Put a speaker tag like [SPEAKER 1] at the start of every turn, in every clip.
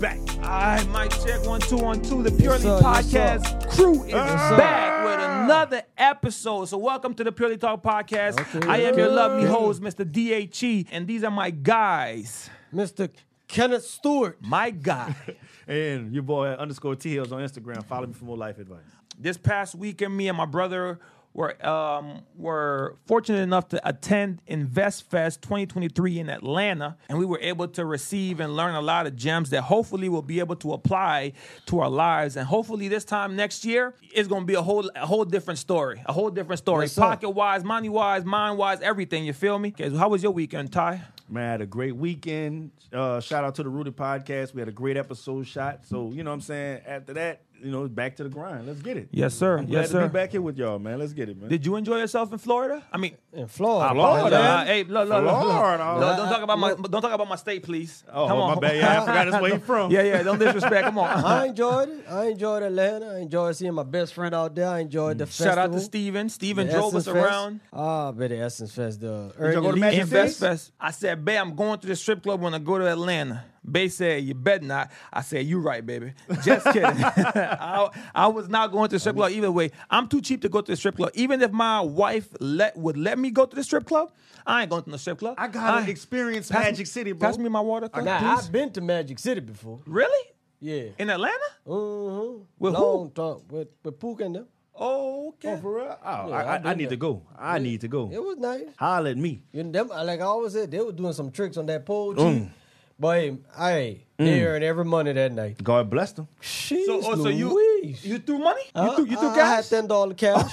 [SPEAKER 1] back. I might check one two one two. The Purely Podcast crew is back with another episode. So welcome to the Purely Talk Podcast. I am your lovely host, Mr. DHE, E, and these are my guys.
[SPEAKER 2] Mr. Kenneth Stewart.
[SPEAKER 1] My guy.
[SPEAKER 3] And your boy at underscore T Hills on Instagram. Follow me for more life advice.
[SPEAKER 1] this past weekend, me and my brother were um, were fortunate enough to attend InvestFest 2023 in Atlanta, and we were able to receive and learn a lot of gems that hopefully we'll be able to apply to our lives. And hopefully, this time next year, it's going to be a whole a whole different story, a whole different story,
[SPEAKER 2] Yes, sir.
[SPEAKER 1] pocket wise, money wise, mind wise, everything. You feel me? Okay, so how was your weekend, Ty?
[SPEAKER 3] Man, I had a great weekend. Uh, shout out to the Rooted Podcast. We had a great episode shot. So, you know what I'm saying? After that, you know, back to the grind. Let's get it.
[SPEAKER 1] Yes, sir.
[SPEAKER 3] I'm glad
[SPEAKER 1] Yes,
[SPEAKER 3] to
[SPEAKER 1] sir.
[SPEAKER 3] be back here with y'all, man. Let's get it, man.
[SPEAKER 1] Did you enjoy yourself in Florida? I mean.
[SPEAKER 2] In Florida.
[SPEAKER 3] Ah, Florida.
[SPEAKER 1] Uh, hey, look, look, look, look.
[SPEAKER 3] Florida.
[SPEAKER 1] Don't, don't talk about my don't talk about my state, please.
[SPEAKER 3] oh,
[SPEAKER 1] Come
[SPEAKER 3] my
[SPEAKER 1] on.
[SPEAKER 3] bad. Yeah, I forgot that's where you from.
[SPEAKER 1] Yeah, yeah. Don't disrespect. Come on.
[SPEAKER 2] I enjoyed it. I enjoyed Atlanta. I enjoyed seeing my best friend out there. I enjoyed the
[SPEAKER 3] Mm.
[SPEAKER 2] festival.
[SPEAKER 1] Shout out to Steven. Steven
[SPEAKER 2] The
[SPEAKER 1] drove us
[SPEAKER 2] Essence Fest.
[SPEAKER 1] around.
[SPEAKER 2] Ah, but the Essence Fest, the
[SPEAKER 3] y'all go to
[SPEAKER 2] early
[SPEAKER 3] Magic
[SPEAKER 2] leaves.
[SPEAKER 3] City?
[SPEAKER 1] Invest Fest. I said, Bae, I'm going to the strip club when I go to Atlanta. Bae said, You bet not. I said, You right, baby. Just kidding. I, I was not going to the strip club either way. I'm too cheap to go to the strip club. Even if my wife let would let me go to the strip club, I ain't going to the strip club.
[SPEAKER 3] I got to
[SPEAKER 1] I-
[SPEAKER 3] experience
[SPEAKER 1] pass me-
[SPEAKER 3] Magic City, bro.
[SPEAKER 1] Pass me my water. Thing,
[SPEAKER 2] Now,
[SPEAKER 1] please.
[SPEAKER 2] I've been to Magic City before.
[SPEAKER 1] really?
[SPEAKER 2] Yeah.
[SPEAKER 1] In Atlanta?
[SPEAKER 2] Mm-hmm.
[SPEAKER 1] With who?
[SPEAKER 2] Long talk with, with Pook and them.
[SPEAKER 1] Oh, okay.
[SPEAKER 3] Oh, for real? Oh,
[SPEAKER 2] Yeah,
[SPEAKER 3] I,
[SPEAKER 2] I've
[SPEAKER 3] I, I
[SPEAKER 2] been
[SPEAKER 3] need
[SPEAKER 2] there.
[SPEAKER 3] to go. I need to
[SPEAKER 2] It
[SPEAKER 3] go.
[SPEAKER 2] was nice.
[SPEAKER 3] Holler at me.
[SPEAKER 2] You know, them, like I always said, they were doing some tricks on that pole. G.
[SPEAKER 3] Mm.
[SPEAKER 2] But hey, I they earned every money that night.
[SPEAKER 3] God bless them.
[SPEAKER 2] Jeez
[SPEAKER 1] So, oh, so you
[SPEAKER 2] Louise.
[SPEAKER 1] you threw money?
[SPEAKER 2] Uh,
[SPEAKER 1] you threw you threw
[SPEAKER 2] I, I had
[SPEAKER 1] cash?
[SPEAKER 2] ten dollar cash.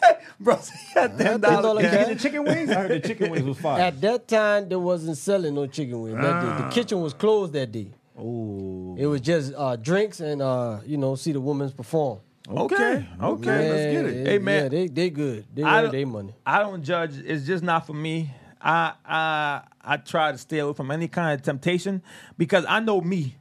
[SPEAKER 1] Bro, so you had ten
[SPEAKER 2] $10
[SPEAKER 1] dollars.
[SPEAKER 2] cash.
[SPEAKER 3] Get the chicken wings? I heard the chicken wings was fire.
[SPEAKER 2] At that time, they wasn't selling no chicken wings. that
[SPEAKER 1] Ah.
[SPEAKER 2] day. The kitchen was closed that day.
[SPEAKER 3] Oh.
[SPEAKER 2] It was just uh, drinks and uh, you know see the women's perform.
[SPEAKER 1] Okay, okay, let's get it.
[SPEAKER 2] Yeah,
[SPEAKER 1] Hey man,
[SPEAKER 2] yeah, they they good. They
[SPEAKER 1] I
[SPEAKER 2] earned
[SPEAKER 1] don't-
[SPEAKER 2] their money.
[SPEAKER 1] I don't judge. It's just not for me. I I I try to stay away from any kind of temptation because I know me.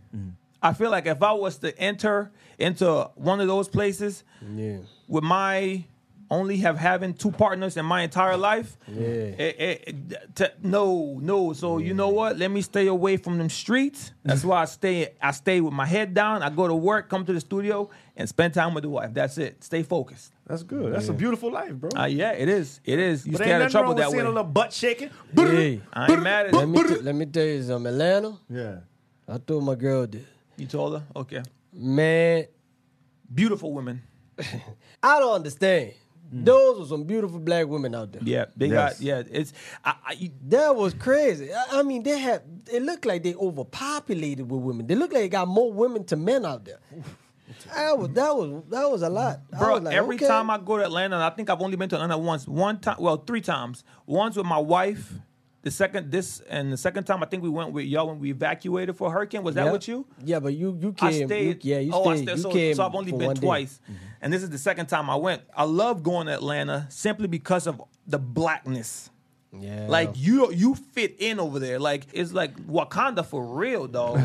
[SPEAKER 1] I feel like if I was to enter into one of those places
[SPEAKER 2] Yeah.
[SPEAKER 1] with my only have having two partners in my entire life,
[SPEAKER 2] Yeah.
[SPEAKER 1] eh, eh, eh, t- no, no. So you know what? Let me stay away from them streets. That's why I stay. I stay with my head down. I go to work, come to the studio, and spend time with the wife. That's it. Stay focused.
[SPEAKER 3] That's good. That's a beautiful life, bro.
[SPEAKER 1] Uh, yeah, it is. It is. You
[SPEAKER 3] But
[SPEAKER 1] stay
[SPEAKER 3] ain't
[SPEAKER 1] out
[SPEAKER 3] nothing
[SPEAKER 1] of trouble
[SPEAKER 3] wrong
[SPEAKER 1] that
[SPEAKER 3] with
[SPEAKER 1] way.
[SPEAKER 3] seeing a little butt shaking.
[SPEAKER 2] Yeah.
[SPEAKER 1] I ain't mad at
[SPEAKER 2] Let me
[SPEAKER 1] it.
[SPEAKER 2] t- let me tell you something. Atlanta,
[SPEAKER 3] Yeah.
[SPEAKER 2] I told my girl this.
[SPEAKER 1] You told her? Okay.
[SPEAKER 2] Man,
[SPEAKER 1] Beautiful women.
[SPEAKER 2] I don't understand.
[SPEAKER 1] Mm.
[SPEAKER 2] Those were some beautiful black women out there.
[SPEAKER 1] Yeah, they
[SPEAKER 3] Yes.
[SPEAKER 1] got, yeah, it's, I, I, you-
[SPEAKER 2] That was crazy. I, I mean, they had. It looked like they overpopulated with women. They looked like they got more women to men out there. That was that was that was a lot. I
[SPEAKER 1] bro,
[SPEAKER 2] was like,
[SPEAKER 1] every
[SPEAKER 2] okay.
[SPEAKER 1] time I go to Atlanta, and I think I've only been to Atlanta once, one time, well, three times. Once with my wife, the second, this, and the second time, I think we went with y'all when we evacuated for a hurricane. Was that
[SPEAKER 2] Yeah.
[SPEAKER 1] with you?
[SPEAKER 2] Yeah, but you you
[SPEAKER 1] I
[SPEAKER 2] came. you-
[SPEAKER 1] stayed.
[SPEAKER 2] yeah, you
[SPEAKER 1] oh,
[SPEAKER 2] stayed.
[SPEAKER 1] I stayed.
[SPEAKER 2] You
[SPEAKER 1] so,
[SPEAKER 2] came
[SPEAKER 1] so I've only
[SPEAKER 2] for
[SPEAKER 1] been
[SPEAKER 2] one day. Mm-hmm.
[SPEAKER 1] twice, and this is the second time I went. I love going to Atlanta simply because of the blackness.
[SPEAKER 2] Yeah.
[SPEAKER 1] Like you, you fit in over there. Like it's like Wakanda for real, dog.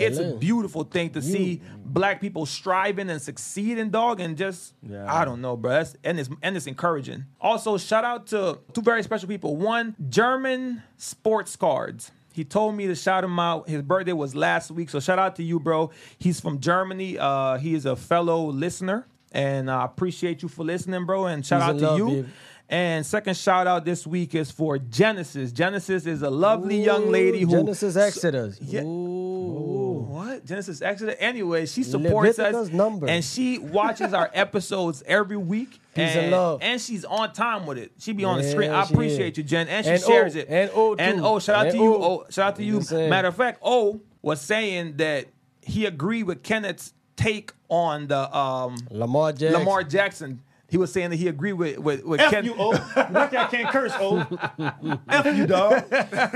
[SPEAKER 1] it's a beautiful thing to see black people striving and succeeding, dog, and just
[SPEAKER 3] Yeah.
[SPEAKER 1] I don't know, bro. That's, and it's and it's encouraging. Also, shout out to two very special people. One, German Sports Cards. He told me to shout him out. His birthday was last week, so shout out to you, bro. He's from Germany. Uh, he is a fellow listener, and I appreciate you for listening, bro. And shout
[SPEAKER 2] He's
[SPEAKER 1] out
[SPEAKER 2] in
[SPEAKER 1] to
[SPEAKER 2] love,
[SPEAKER 1] you.
[SPEAKER 2] baby.
[SPEAKER 1] And second shout out this week is for Genesis. Genesis is a lovely young lady who
[SPEAKER 2] Genesis Exodus.
[SPEAKER 1] Yeah.
[SPEAKER 2] Ooh.
[SPEAKER 1] What Genesis Exodus? Anyway, she supports us
[SPEAKER 2] Leviticus number.
[SPEAKER 1] and she watches our episodes every week.
[SPEAKER 2] Peace
[SPEAKER 1] and,
[SPEAKER 2] and love.
[SPEAKER 1] and she's on time with it. She be on the
[SPEAKER 2] Yeah,
[SPEAKER 1] screen. I
[SPEAKER 2] she
[SPEAKER 1] appreciate
[SPEAKER 2] is.
[SPEAKER 1] you, Jen, and she
[SPEAKER 2] And O,
[SPEAKER 1] shares it.
[SPEAKER 2] and O too.
[SPEAKER 1] and oh, shout out
[SPEAKER 2] And
[SPEAKER 1] to you.
[SPEAKER 2] O.
[SPEAKER 1] Oh, shout out to you.
[SPEAKER 2] Yes, sir.
[SPEAKER 1] Matter of fact, O was saying that he agreed with Kenneth's take on the um,
[SPEAKER 2] Lamar Jackson.
[SPEAKER 1] Lamar Jackson. He was saying that he agreed with with, with
[SPEAKER 3] F
[SPEAKER 1] Ken-
[SPEAKER 3] you, O. Not that I can't curse, O. F you, dog.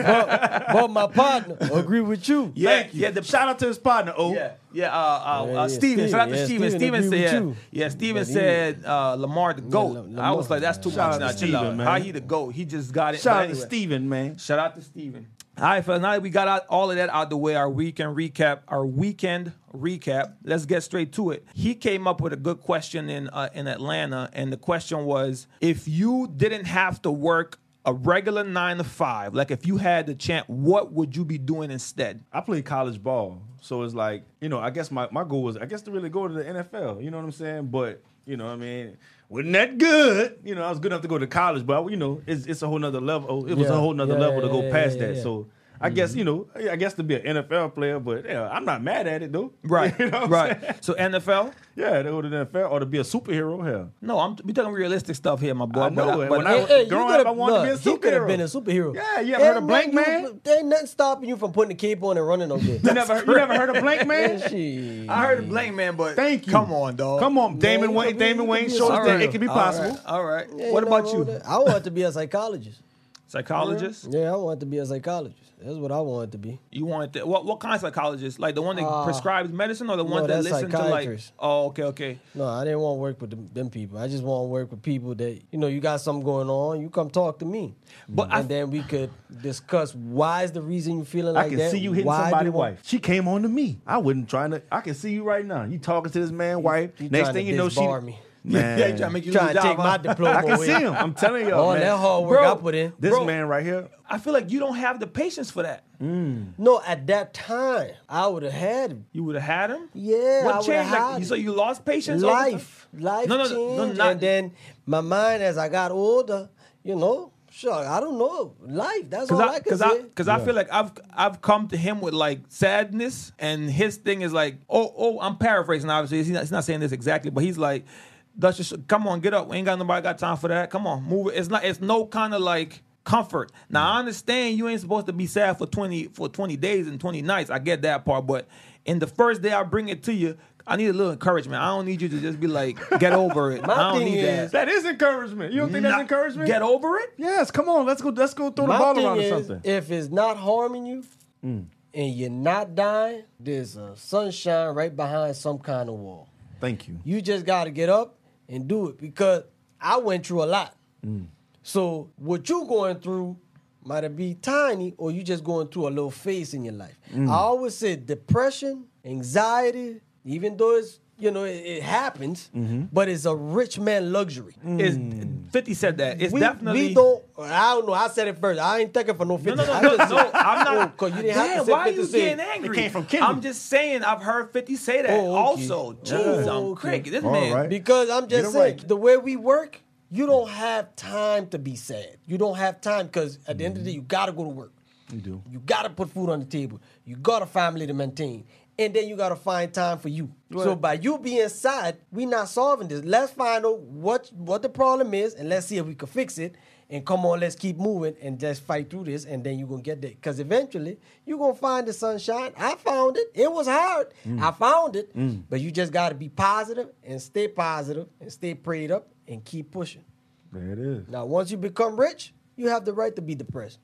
[SPEAKER 2] but my partner agree with you.
[SPEAKER 1] Yeah,
[SPEAKER 3] Thank you.
[SPEAKER 1] yeah, the-
[SPEAKER 3] Shout out to his partner, oh. O.
[SPEAKER 1] Yeah, yeah, uh, uh,
[SPEAKER 2] Yeah,
[SPEAKER 1] uh,
[SPEAKER 2] yeah,
[SPEAKER 1] Steven. Shout out to
[SPEAKER 2] Steven.
[SPEAKER 1] Steven.
[SPEAKER 2] Yeah, Steven
[SPEAKER 1] Steven,
[SPEAKER 2] agree with
[SPEAKER 1] said,
[SPEAKER 2] you.
[SPEAKER 1] yeah, Steven
[SPEAKER 2] But he-
[SPEAKER 1] said uh, Lamar the GOAT.
[SPEAKER 2] Lam-
[SPEAKER 1] I was like, that's too
[SPEAKER 3] Shout
[SPEAKER 1] much
[SPEAKER 3] out
[SPEAKER 1] now.
[SPEAKER 3] to
[SPEAKER 1] Chill out.
[SPEAKER 3] Steven, man.
[SPEAKER 1] How he the GOAT? He just got it.
[SPEAKER 3] Shout
[SPEAKER 1] But
[SPEAKER 3] out to
[SPEAKER 1] anyway.
[SPEAKER 3] Steven, man.
[SPEAKER 1] Shout out to Steven. All right, fellas. Now that we got out all of that out the way, our weekend recap, our weekend recap. Let's get straight to it. He came up with a good question in uh, in Atlanta, and the question was: If you didn't have to work a regular nine to five, like if you had the chance, what would you be doing instead?
[SPEAKER 3] I played college ball. So it's like, you know, I guess my, my goal was, I guess to really go to the NFL. You know what I'm saying? But, you know what I mean? Wasn't that good? You know, I was good enough to go to college, but, I, you know, it's, it's a whole nother level. It was
[SPEAKER 2] Yeah.
[SPEAKER 3] a whole nother
[SPEAKER 2] Yeah,
[SPEAKER 3] level
[SPEAKER 2] yeah,
[SPEAKER 3] to go
[SPEAKER 2] yeah,
[SPEAKER 3] past
[SPEAKER 2] yeah,
[SPEAKER 3] that.
[SPEAKER 2] yeah. Mm-hmm.
[SPEAKER 3] So I guess, you know, I I guess to be an NFL player, but yeah, I'm not mad at it, though.
[SPEAKER 1] Right,
[SPEAKER 3] You know what I'm saying?
[SPEAKER 1] right. So NFL?
[SPEAKER 3] Yeah, to go to the NFL or to be a superhero, hell.
[SPEAKER 1] No, I'm we talking realistic stuff here, my boy.
[SPEAKER 3] I know it.
[SPEAKER 1] but,
[SPEAKER 3] When
[SPEAKER 1] I,
[SPEAKER 3] I-
[SPEAKER 2] Hey, hey, you
[SPEAKER 3] growing
[SPEAKER 2] could've-
[SPEAKER 3] up, I wanted to be a
[SPEAKER 2] look, He could have
[SPEAKER 3] superhero.
[SPEAKER 2] been a superhero.
[SPEAKER 3] Yeah, you ever heard of Blank
[SPEAKER 2] nothing-
[SPEAKER 3] Man?
[SPEAKER 2] There ain't nothing stopping you from putting the cape on and running on there.
[SPEAKER 3] You never, you never heard of Blank Man?
[SPEAKER 2] Shit.
[SPEAKER 1] I heard of Blame Man, but
[SPEAKER 3] Thank you.
[SPEAKER 1] Come on, dog.
[SPEAKER 3] Come on, Damon
[SPEAKER 2] you
[SPEAKER 3] Wayne.
[SPEAKER 2] could be-
[SPEAKER 3] Damon
[SPEAKER 2] you
[SPEAKER 3] Wayne
[SPEAKER 2] could be a
[SPEAKER 3] showed us that
[SPEAKER 1] superhero.
[SPEAKER 3] it can be
[SPEAKER 1] All
[SPEAKER 3] possible.
[SPEAKER 1] All right.
[SPEAKER 2] Ain't
[SPEAKER 1] what
[SPEAKER 2] nothing
[SPEAKER 1] about
[SPEAKER 2] wrong
[SPEAKER 1] you?
[SPEAKER 2] with that. I want to be a psychologist.
[SPEAKER 1] Psychologist?
[SPEAKER 2] Yeah, I want to be a psychologist. That's what I wanted to be.
[SPEAKER 1] You want to, what what kind of psychologist? Like the one that
[SPEAKER 2] Uh,
[SPEAKER 1] prescribes medicine or the one
[SPEAKER 2] no,
[SPEAKER 1] Ah. that
[SPEAKER 2] that's
[SPEAKER 1] listens to like
[SPEAKER 2] psychiatrist.
[SPEAKER 1] Oh, okay, okay.
[SPEAKER 2] No, I didn't want to work with them, them people. I just want to work with people that you know. You got something going on. You come talk to me,
[SPEAKER 1] But
[SPEAKER 2] and
[SPEAKER 1] I-
[SPEAKER 2] then we could discuss why is the reason you feeling like
[SPEAKER 3] I can
[SPEAKER 2] that.
[SPEAKER 3] see you hitting
[SPEAKER 2] why do
[SPEAKER 3] somebody's
[SPEAKER 2] you want-
[SPEAKER 3] wife. She came on to me. I wasn't trying to. I can see you right now. You talking to this man, wife.
[SPEAKER 2] you
[SPEAKER 3] Next
[SPEAKER 2] trying
[SPEAKER 3] thing
[SPEAKER 2] to
[SPEAKER 3] you know, she.
[SPEAKER 2] disbar me.
[SPEAKER 3] Man.
[SPEAKER 1] Yeah, you trying to make you
[SPEAKER 2] Trying
[SPEAKER 1] lose
[SPEAKER 2] to
[SPEAKER 1] your
[SPEAKER 2] take
[SPEAKER 1] job,
[SPEAKER 2] my
[SPEAKER 1] huh?
[SPEAKER 2] diploma.
[SPEAKER 3] I can
[SPEAKER 2] away.
[SPEAKER 3] see him. I'm telling y'all,
[SPEAKER 2] All
[SPEAKER 3] man.
[SPEAKER 2] that hard work
[SPEAKER 1] Bro,
[SPEAKER 2] I put in.
[SPEAKER 3] This
[SPEAKER 1] Bro.
[SPEAKER 3] man right here.
[SPEAKER 1] I feel like you don't have the patience for that.
[SPEAKER 2] No, at that time I would have had him.
[SPEAKER 1] You would have had him.
[SPEAKER 2] Yeah,
[SPEAKER 1] What
[SPEAKER 2] I would've
[SPEAKER 1] changed?
[SPEAKER 2] had
[SPEAKER 1] Like,
[SPEAKER 2] him.
[SPEAKER 1] so you lost patience. over time?
[SPEAKER 2] life, life
[SPEAKER 1] No, no, no,
[SPEAKER 2] changed,
[SPEAKER 1] no, not-
[SPEAKER 2] and then my mind as I got older, you know, sure, I don't know, life. That's all
[SPEAKER 1] Cause
[SPEAKER 2] Oh, I,
[SPEAKER 1] I,
[SPEAKER 2] can
[SPEAKER 1] cause
[SPEAKER 2] say.
[SPEAKER 1] I, cause I feel like I've, I've come to him with like sadness, and his thing is like, oh, oh, I'm paraphrasing. Obviously, he's not, he's not saying this exactly, but he's like, that's just, come on, get up. We ain't got nobody got time for that. Come on, move it. It's not, it's no kind of like comfort. Now I understand you ain't supposed to be sad for twenty, for twenty days and twenty nights. I get that part, but in the first day I bring it to you, I need a little encouragement. I don't need you to just be like, get over it.
[SPEAKER 2] My
[SPEAKER 1] I don't
[SPEAKER 2] thing
[SPEAKER 1] need
[SPEAKER 2] is-
[SPEAKER 1] that.
[SPEAKER 3] That is encouragement. You don't think that's
[SPEAKER 1] Not-
[SPEAKER 3] encouragement?
[SPEAKER 1] Get over it.
[SPEAKER 3] Yes. Come on. Let's go. Let's go throw
[SPEAKER 2] My
[SPEAKER 3] the ball
[SPEAKER 2] thing
[SPEAKER 3] around
[SPEAKER 2] is,
[SPEAKER 3] or something. Mm.
[SPEAKER 2] if it's not harming you and you're not dying, there's a sunshine right behind some kind of wall.
[SPEAKER 3] Thank you.
[SPEAKER 2] You just got to get up and do it because I went through a lot.
[SPEAKER 1] Mm.
[SPEAKER 2] So what you going through might have be tiny, or you just going through a little phase in your life.
[SPEAKER 1] Mm.
[SPEAKER 2] I always say depression, anxiety, even though it's you know it, it happens,
[SPEAKER 1] Mm-hmm.
[SPEAKER 2] but it's a rich man luxury.
[SPEAKER 1] Is Fifty said that. Mm. It's
[SPEAKER 2] We,
[SPEAKER 1] definitely
[SPEAKER 2] we don't. I don't know. I said it first. I ain't thinking for no
[SPEAKER 1] No,
[SPEAKER 2] fifty.
[SPEAKER 1] no,
[SPEAKER 2] I
[SPEAKER 1] no, no,
[SPEAKER 2] just
[SPEAKER 1] no,
[SPEAKER 2] said-
[SPEAKER 1] I'm not.
[SPEAKER 2] Oh, 'cause you didn't
[SPEAKER 1] Damn,
[SPEAKER 2] have to say
[SPEAKER 1] why are
[SPEAKER 2] 50
[SPEAKER 1] you
[SPEAKER 2] say-
[SPEAKER 1] getting angry?
[SPEAKER 3] came from Kendrick.
[SPEAKER 1] I'm just saying, I've heard 50 say that.
[SPEAKER 2] Oh, okay.
[SPEAKER 1] Also, jeez,
[SPEAKER 2] Oh,
[SPEAKER 1] I'm
[SPEAKER 2] okay.
[SPEAKER 1] cranky. This
[SPEAKER 3] All
[SPEAKER 1] man,
[SPEAKER 3] right.
[SPEAKER 2] Because I'm
[SPEAKER 3] Get
[SPEAKER 2] just
[SPEAKER 3] 'em
[SPEAKER 2] saying,
[SPEAKER 3] right.
[SPEAKER 2] the way we work, you don't have time to be sad. You don't have time because at the end of the day, you gotta go to work. You
[SPEAKER 3] do.
[SPEAKER 2] You gotta put food on the table. You got a family to maintain, and then you gotta find time for you. So by you being sad, we not solving this. Let's find out what what the problem is, and let's see if we can fix it. And come on, let's keep moving and just fight through this, and then you're gonna get there. Because eventually, you're gonna find the sunshine. I found it. It was hard. I found it. But you just gotta be positive and stay positive and stay prayed up and keep pushing.
[SPEAKER 3] There it is.
[SPEAKER 2] Now, once you become rich, you have the right to be depressed.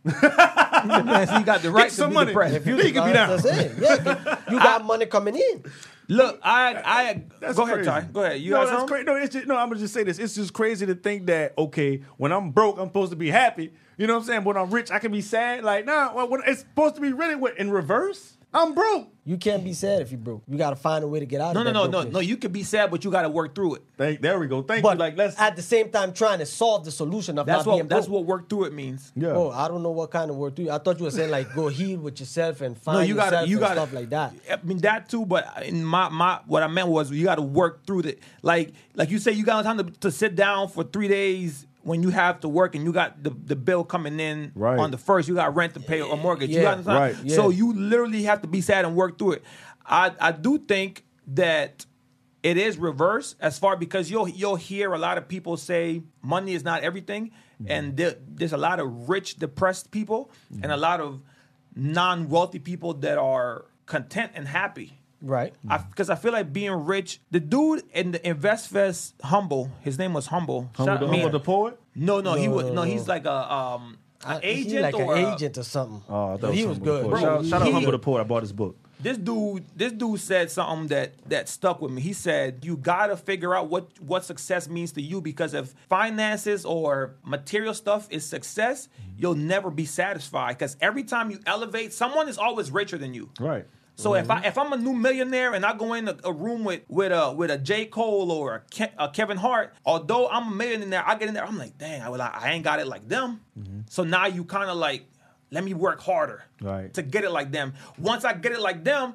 [SPEAKER 1] man, he got the right to
[SPEAKER 3] some
[SPEAKER 1] be
[SPEAKER 3] money.
[SPEAKER 1] depressed.
[SPEAKER 3] If you- He could be
[SPEAKER 2] That's-
[SPEAKER 3] down.
[SPEAKER 2] that's it. Yeah, you got money coming in.
[SPEAKER 1] Look, I, I,
[SPEAKER 3] That's
[SPEAKER 1] go
[SPEAKER 3] crazy.
[SPEAKER 1] ahead, Ty. Go ahead. You
[SPEAKER 3] no,
[SPEAKER 1] got
[SPEAKER 3] that's
[SPEAKER 1] something?
[SPEAKER 3] crazy. No, it's just, no. I'm gonna just say this. It's just crazy to think that okay, when I'm broke, I'm supposed to be happy. You know what I'm saying? When I'm rich, I can be sad. Like nah, well, what- it's supposed to be really what in reverse. I'm broke.
[SPEAKER 2] You can't be sad if you broke. You got to find a way to get out
[SPEAKER 1] No, no,
[SPEAKER 2] of that
[SPEAKER 1] no, no,
[SPEAKER 2] brokenness.
[SPEAKER 1] no. You could be sad, but you got to work through it.
[SPEAKER 3] Thank, there we go. Thank
[SPEAKER 2] But
[SPEAKER 3] you. Like let's.
[SPEAKER 2] at the same time, trying to solve the solution of
[SPEAKER 1] That's
[SPEAKER 2] not being
[SPEAKER 1] what that's
[SPEAKER 2] broke.
[SPEAKER 1] what work through it means.
[SPEAKER 3] yeah.
[SPEAKER 2] Oh, I don't know what kind of work do you. I thought you were saying like go heal with yourself and find
[SPEAKER 1] No, you
[SPEAKER 2] yourself
[SPEAKER 1] got you
[SPEAKER 2] and
[SPEAKER 1] got
[SPEAKER 2] stuff like that.
[SPEAKER 1] I mean that too, but in my my what I meant was you got to work through it. Like like you say, you got time to, to sit down for three days when you have to work and you got the, the bill coming in
[SPEAKER 3] Right.
[SPEAKER 1] on the first. You got rent to pay or mortgage. You
[SPEAKER 2] Yeah.
[SPEAKER 1] got time.
[SPEAKER 3] Right.
[SPEAKER 1] So
[SPEAKER 2] Yeah.
[SPEAKER 1] you literally have to be sad and work through it. I I do think that it is reverse as far because you'll you'll hear a lot of people say money is not everything,
[SPEAKER 2] Mm-hmm.
[SPEAKER 1] and there, there's a lot of rich depressed people and
[SPEAKER 2] Mm-hmm.
[SPEAKER 1] a lot of non wealthy people that are content and happy.
[SPEAKER 2] Right.
[SPEAKER 1] Because I, feel like being rich, the dude in the InvestFest, humble, his name was humble.
[SPEAKER 3] Humble
[SPEAKER 1] Shout-
[SPEAKER 3] the,
[SPEAKER 1] man.
[SPEAKER 3] humble the poet.
[SPEAKER 1] No, no, he
[SPEAKER 2] No,
[SPEAKER 1] was
[SPEAKER 2] no,
[SPEAKER 1] no,
[SPEAKER 2] no.
[SPEAKER 1] he's like a um an
[SPEAKER 2] I- he
[SPEAKER 1] agent
[SPEAKER 2] like
[SPEAKER 1] or
[SPEAKER 2] an
[SPEAKER 1] a-
[SPEAKER 2] agent or something.
[SPEAKER 3] Oh, I thought
[SPEAKER 2] But
[SPEAKER 3] it
[SPEAKER 2] he was
[SPEAKER 3] Humble the
[SPEAKER 2] good.
[SPEAKER 3] Poet. shout, shout out
[SPEAKER 1] he-
[SPEAKER 3] humble the poet. I bought his book.
[SPEAKER 1] this dude this dude said something that that stuck with me he said you gotta figure out what what success means to you because if finances or material stuff is success you'll never be satisfied because every time you elevate someone is always richer than you
[SPEAKER 3] Right.
[SPEAKER 1] so if I if I'm a new millionaire and I go in a, a room with with a with a J Cole or a, Ke- a Kevin Hart, although I'm a millionaire, I get in there. I'm like, dang, I, well, I, I ain't got it like them. So now you kind of like, let me work harder
[SPEAKER 3] Right.
[SPEAKER 1] to get it like them. Once I get it like them,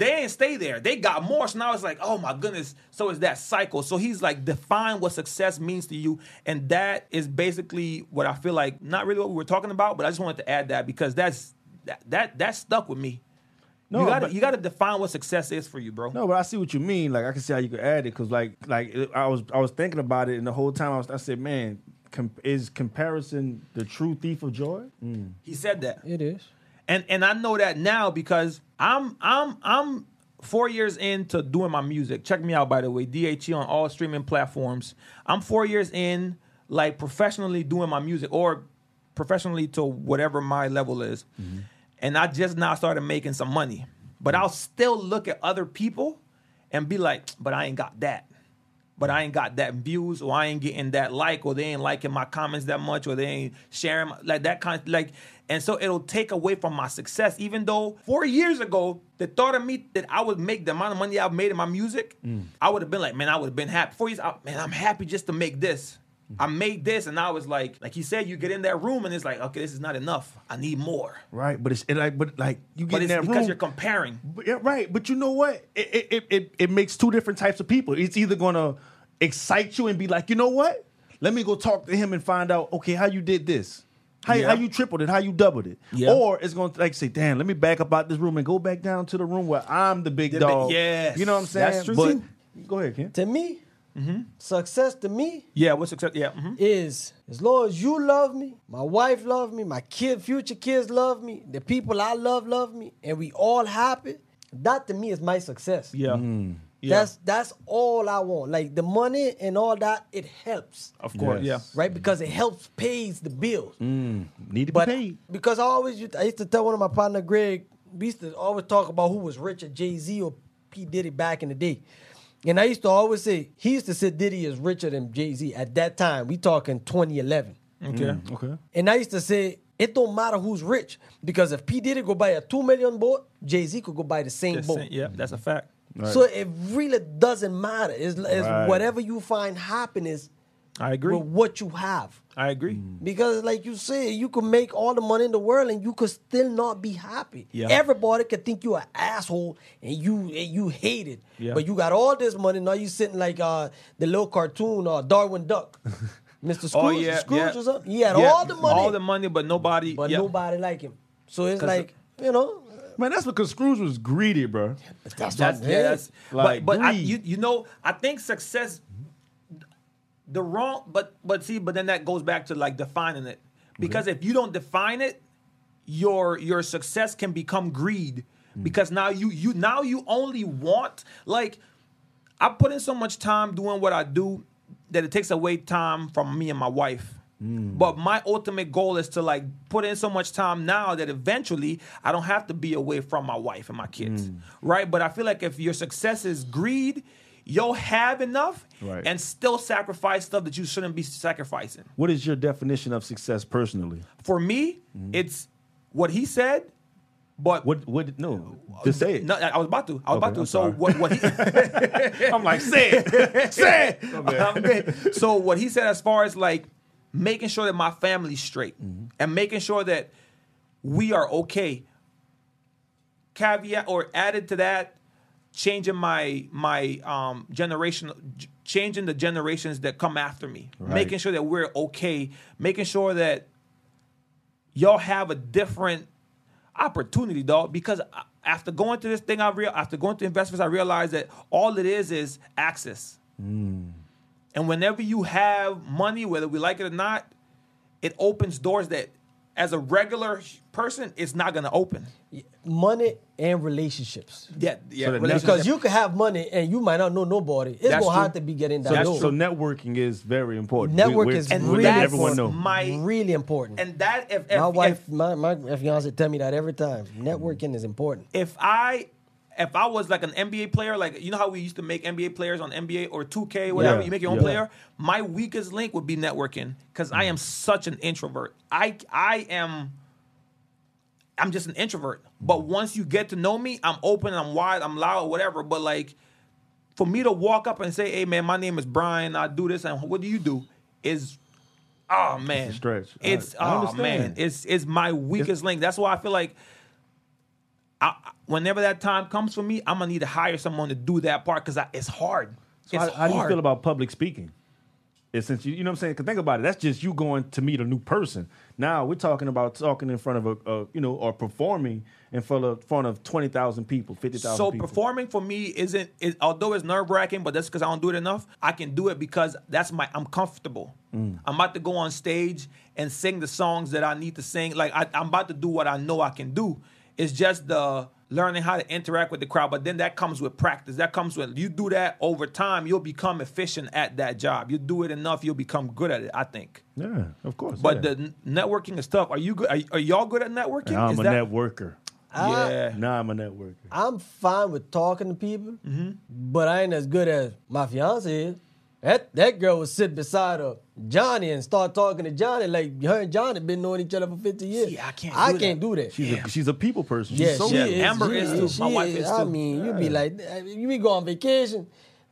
[SPEAKER 1] They didn't stay there. They got more. So now it's like, oh my goodness. So it's that cycle. So he's like, define what success means to you. And that is basically what I feel like, not really what we were talking about, but I just wanted to add that because that's that that, that stuck with me.
[SPEAKER 3] No,
[SPEAKER 1] you gotta
[SPEAKER 3] but-
[SPEAKER 1] you gotta define what success is for you, bro.
[SPEAKER 3] No, but I see what you mean. Like I can see how you could add it because, like, like it- I was I was thinking about it, and the whole time I was I said, man, com- is comparison the true thief of joy?
[SPEAKER 1] He said that.
[SPEAKER 2] It is.
[SPEAKER 1] and and I know that now because I'm I'm I'm four years into doing my music. Check me out by the way, DHE on all streaming platforms. I'm four years in, like professionally doing my music or professionally to whatever my level is,
[SPEAKER 3] Mm-hmm.
[SPEAKER 1] and I just now started making some money.
[SPEAKER 3] Mm.
[SPEAKER 1] But I'll still look at other people and be like, but I ain't got that. But I ain't got that views, or I ain't getting that like, or they ain't liking my comments that much, or they ain't sharing my, like that kind of like. And so it'll take away from my success. Even though four years ago, the thought of me that I would make the amount of money I've made in my music, I would have been like, man, I would have been happy. Four years, I, man, I'm happy just to make this. I made this, and I was like, like he said, you get in that room, and it's like, okay, this is not enough. I need more.
[SPEAKER 3] Right, but it's it like, but like you get
[SPEAKER 1] But
[SPEAKER 3] in
[SPEAKER 1] it's
[SPEAKER 3] that
[SPEAKER 1] because
[SPEAKER 3] room.
[SPEAKER 1] you're comparing.
[SPEAKER 3] But, yeah, right, but you know what? It, it- it, it, it makes two different types of people. It's either gonna excite you and be like, you know what? Let me go talk to him and find out, okay, how you did this. How,
[SPEAKER 1] Yeah.
[SPEAKER 3] how you tripled it, how you doubled it.
[SPEAKER 1] Yeah.
[SPEAKER 3] Or it's gonna like say, damn, let me back up out this room and go back down to the room where I'm the big
[SPEAKER 1] The big-
[SPEAKER 3] dog.
[SPEAKER 1] yes.
[SPEAKER 3] You know what I'm saying?
[SPEAKER 1] That's true,
[SPEAKER 3] But-
[SPEAKER 1] too.
[SPEAKER 3] Go ahead, Ken.
[SPEAKER 2] To me,
[SPEAKER 1] Mm-hmm.
[SPEAKER 2] success to me
[SPEAKER 1] Yeah, what's success? Yeah, mhm.
[SPEAKER 2] is as long as you love me, my wife love me, my kid, future kids love me, the people I love love me, and we all happy. That to me is my success.
[SPEAKER 1] yeah, yeah.
[SPEAKER 2] That's that's all I want. Like the money and all that, it helps,
[SPEAKER 1] of course,
[SPEAKER 3] Yes.
[SPEAKER 1] yeah.
[SPEAKER 2] right? Because it helps pays the bills.
[SPEAKER 1] Mm-hmm.
[SPEAKER 3] Need to be
[SPEAKER 2] But
[SPEAKER 3] paid.
[SPEAKER 2] because I always used, I used to tell one of my partner Greg, we used to always talk about who was richer, Jay Z or P Diddy back in the day. And I used to always say he used to say Diddy is richer than Jay Z at that time. We talking 2011.
[SPEAKER 1] Okay,
[SPEAKER 3] Okay.
[SPEAKER 2] And I used to say it don't matter who's rich because if P Diddy go buy a two million boat, Jay Z could go buy the same
[SPEAKER 1] That's
[SPEAKER 2] boat.
[SPEAKER 1] it. yeah, that's a fact.
[SPEAKER 2] So it really doesn't matter. It's, it's
[SPEAKER 3] Right.
[SPEAKER 2] whatever you find happiness
[SPEAKER 1] I agree.
[SPEAKER 2] with what you have.
[SPEAKER 1] I agree.
[SPEAKER 2] Because, like you said, you could make all the money in the world and you could still not be happy.
[SPEAKER 1] Yeah.
[SPEAKER 2] Everybody could think you an asshole and you and you hate it.
[SPEAKER 1] Yeah.
[SPEAKER 2] But you got all this money now. You sitting like uh, the little cartoon uh, Darwin Duck, Mr. Scrooge, Scrooge or something. He had
[SPEAKER 1] Oh, Yeah,
[SPEAKER 2] all the money,
[SPEAKER 1] all the money, but nobody.
[SPEAKER 2] but
[SPEAKER 1] yeah.
[SPEAKER 2] nobody like him. So it's
[SPEAKER 1] 'Cause
[SPEAKER 2] like you know.
[SPEAKER 3] Man, that's because Scrooge was greedy, bro.
[SPEAKER 2] That's,
[SPEAKER 1] That's,
[SPEAKER 2] what
[SPEAKER 1] yeah,
[SPEAKER 2] it
[SPEAKER 1] that's
[SPEAKER 2] is.
[SPEAKER 3] Like,
[SPEAKER 1] but but I,
[SPEAKER 3] greed.
[SPEAKER 1] you you know I think success the wrong but but see but then that goes back to like defining it because if you don't define it your your success can become greed
[SPEAKER 3] Mm.
[SPEAKER 1] because now you you now you only want like I put in so much time doing what I do that it takes away time from me and my wife.
[SPEAKER 3] Mm.
[SPEAKER 1] But my ultimate goal is to like put in so much time now that eventually I don't have to be away from my wife and my kids.
[SPEAKER 3] Mm.
[SPEAKER 1] Right? But I feel like if your success is greed, you'll have enough
[SPEAKER 3] Right.
[SPEAKER 1] and still sacrifice stuff that you shouldn't be sacrificing.
[SPEAKER 3] What is your definition of success personally?
[SPEAKER 1] For me, it's what he said, but
[SPEAKER 3] Mm. What what no. Just say it.
[SPEAKER 1] no, I I was about to. I was about
[SPEAKER 3] Okay,
[SPEAKER 1] to.
[SPEAKER 3] I'm
[SPEAKER 1] so
[SPEAKER 3] sorry.
[SPEAKER 1] what what he
[SPEAKER 3] I'm like, say it. say it.
[SPEAKER 1] I'm good. So what he said as far as like making sure that my family's straight and making sure that we are okay. Caveat or added to that, changing my my um generation, j- changing the generations that come after me, making sure that we're okay, making sure that y'all have a different opportunity, dog. Because I- after going through this thing, I real after going through investments, I realized that all it is is access. And whenever you have money, whether we like it or not, it opens doors that, as a regular sh- person, it's not gonna open.
[SPEAKER 2] money and relationships.
[SPEAKER 1] Yeah, yeah.
[SPEAKER 3] So the
[SPEAKER 1] relationship-
[SPEAKER 2] Because you could have money and you might not know nobody. It's
[SPEAKER 1] That's
[SPEAKER 2] gonna
[SPEAKER 1] true.
[SPEAKER 2] have to be getting that
[SPEAKER 1] That's
[SPEAKER 2] door.
[SPEAKER 3] So networking is very important.
[SPEAKER 2] Network is
[SPEAKER 1] and
[SPEAKER 2] really
[SPEAKER 1] that's
[SPEAKER 3] everyone know.
[SPEAKER 1] my
[SPEAKER 2] really important.
[SPEAKER 1] and that if, if
[SPEAKER 2] my wife,
[SPEAKER 1] if,
[SPEAKER 2] my my fiance tell me that every time. Networking is important.
[SPEAKER 1] if I if I was like an NBA player, like you know how we used to make NBA players on NBA or 2K, whatever,
[SPEAKER 3] Yeah,
[SPEAKER 1] you make your own
[SPEAKER 3] yeah.
[SPEAKER 1] player, my weakest link would be networking cuz I am such an introvert. I I am I'm just an introvert. But once you get to know me, I'm open, I'm wide, I'm loud, whatever, but like for me to walk up and say, "Hey man, my name is Brian. I do this and what do you do?" is oh man.
[SPEAKER 3] It's a stretch.
[SPEAKER 1] It's
[SPEAKER 3] I- I
[SPEAKER 1] oh
[SPEAKER 3] understand.
[SPEAKER 1] man. It's it's my weakest link. That's why I feel like I, I- whenever that time comes for me, I'm gonna need to hire someone to do that part because it's hard.
[SPEAKER 3] So
[SPEAKER 1] it's
[SPEAKER 3] how, how do you
[SPEAKER 1] hard.
[SPEAKER 3] feel about public speaking? And since you, you know what I'm saying, 'Cause think about it. That's just you going to meet a new person. Now we're talking about talking in front of a, a you know, or performing in front of, front of twenty thousand people, fifty thousand.
[SPEAKER 1] So
[SPEAKER 3] people.
[SPEAKER 1] performing for me isn't is, although it's nerve wracking, but that's because I don't do it enough. I can do it because that's my I'm comfortable.
[SPEAKER 3] Mm.
[SPEAKER 1] I'm about to go on stage and sing the songs that I need to sing. Like I, I'm about to do what I know I can do. It's just the learning how to interact with the crowd, but then that comes with practice. That comes with you do that over time, you'll become efficient at that job. You do it enough, you'll become good at it. I think.
[SPEAKER 3] Yeah, of course.
[SPEAKER 1] But
[SPEAKER 3] yeah.
[SPEAKER 1] the n- networking is tough. Are you good? Are, are y'all good at networking?
[SPEAKER 3] Now I'm
[SPEAKER 1] is
[SPEAKER 3] a
[SPEAKER 1] that,
[SPEAKER 3] networker.
[SPEAKER 2] I-
[SPEAKER 1] Yeah.
[SPEAKER 3] Now I'm a networker.
[SPEAKER 2] I'm fine with talking to people, but I ain't as good as my fiance is. That that girl would sit beside her Johnny and start talking to Johnny like her and Johnny been knowing each other for 50 years.
[SPEAKER 1] See, I can't
[SPEAKER 2] I
[SPEAKER 1] do
[SPEAKER 2] can't
[SPEAKER 1] that.
[SPEAKER 2] do that.
[SPEAKER 3] She's a, she's a people person. She's
[SPEAKER 2] yeah,
[SPEAKER 3] so
[SPEAKER 2] she
[SPEAKER 1] yeah,
[SPEAKER 2] is.
[SPEAKER 1] Amber
[SPEAKER 2] she
[SPEAKER 1] is too. My
[SPEAKER 2] she
[SPEAKER 1] wife is
[SPEAKER 2] I
[SPEAKER 1] too.
[SPEAKER 2] mean, you be like, I mean, you be go on vacation.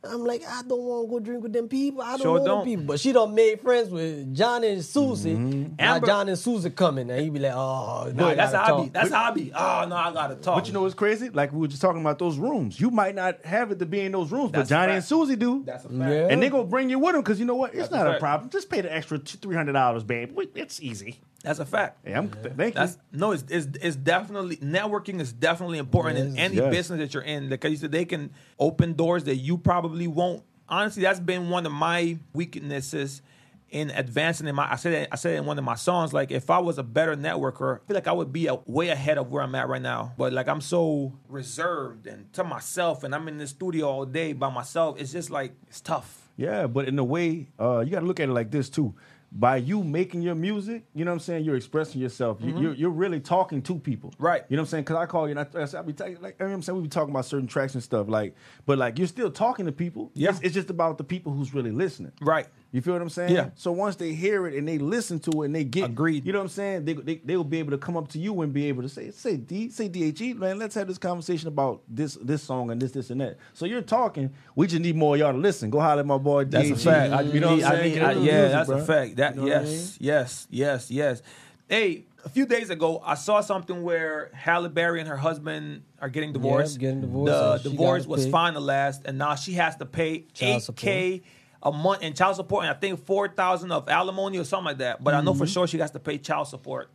[SPEAKER 2] I'm like, I don't want to go drink with them people. I don't
[SPEAKER 1] Sure
[SPEAKER 2] want
[SPEAKER 1] don't.
[SPEAKER 2] them people. But she done made friends with Johnny and Susie. Now
[SPEAKER 1] Amber-
[SPEAKER 2] Johnny and Susie coming, and he be like, oh, now
[SPEAKER 1] Nah,
[SPEAKER 2] I
[SPEAKER 1] that's
[SPEAKER 2] gotta
[SPEAKER 1] how I be.
[SPEAKER 2] talk.
[SPEAKER 1] That's how I be. Oh no, I gotta talk.
[SPEAKER 3] But you know what's crazy? Like we were just talking about those rooms. You might not have it to be in those rooms,
[SPEAKER 1] That's
[SPEAKER 3] but
[SPEAKER 1] a
[SPEAKER 3] Johnny
[SPEAKER 1] fact.
[SPEAKER 3] and Susie do.
[SPEAKER 1] That's a fact.
[SPEAKER 2] Yeah.
[SPEAKER 3] and they gonna bring you with them because you know what? It's
[SPEAKER 1] a
[SPEAKER 3] not a
[SPEAKER 1] fact.
[SPEAKER 3] problem. Just pay the extra three hundred dollars, babe. We- It's easy.
[SPEAKER 1] That's a fact.
[SPEAKER 3] Hey, I'm, th- Thank
[SPEAKER 1] That's
[SPEAKER 3] you.
[SPEAKER 1] no, it's, it's it's definitely networking is definitely important in
[SPEAKER 2] Yes.
[SPEAKER 1] any
[SPEAKER 3] Yes.
[SPEAKER 1] business that you're in because you said they can open doors that you probably won't. Honestly, that's been one of my weaknesses in advancing in my. I said it, I said it in one of my songs. Like if I was a better networker, I feel like I would be a, way ahead of where I'm at right now. But like I'm so reserved and to myself, and I'm in the studio all day by myself. It's just like it's tough.
[SPEAKER 3] Yeah, but in a way, uh, you got to look at it like this too. By you making your music, you know what I'm saying. You're expressing yourself. You- You're, you're really talking to people,
[SPEAKER 1] Mm-hmm. Right.
[SPEAKER 3] You know what I'm saying. Because I call you, and I, I say- I be talking, like, you know what I'm saying. We be talking about certain tracks and stuff, like, but like you're still talking to people.
[SPEAKER 1] Yeah.
[SPEAKER 3] it's, it's just about the people who's really listening,
[SPEAKER 1] Right.
[SPEAKER 3] You feel what I'm saying?
[SPEAKER 1] Yeah.
[SPEAKER 3] So once they hear it and they listen to it and they get
[SPEAKER 1] Agreed.
[SPEAKER 3] you know what I'm saying? They they they'll be able to come up to you and be able to say say D say DHE man, let's have this conversation about this this song and this this and that. So you're talking. We just need more of y'all to listen. Go holler at my boy.
[SPEAKER 1] That's
[SPEAKER 3] DHE.
[SPEAKER 1] a fact. I,
[SPEAKER 3] you know what I'm
[SPEAKER 1] I
[SPEAKER 3] saying?
[SPEAKER 1] need-
[SPEAKER 3] Get
[SPEAKER 1] I-
[SPEAKER 3] into the
[SPEAKER 1] yeah,
[SPEAKER 3] music,
[SPEAKER 1] that's
[SPEAKER 3] bruh.
[SPEAKER 1] a fact. That
[SPEAKER 3] You know what I
[SPEAKER 1] yes,
[SPEAKER 3] mean?
[SPEAKER 1] yes, yes, yes. Hey, a few days ago, I saw something where Halle Berry and her husband are getting divorced.
[SPEAKER 2] getting divorced,
[SPEAKER 1] The
[SPEAKER 2] and she
[SPEAKER 1] divorce
[SPEAKER 2] gotta
[SPEAKER 1] was
[SPEAKER 2] pay.
[SPEAKER 1] finalized, and now she has to pay
[SPEAKER 2] Child
[SPEAKER 1] eight k a month in child support, and I think four thousand of alimony or something like that. But I know
[SPEAKER 3] Mm-hmm.
[SPEAKER 1] for sure she has to pay child support.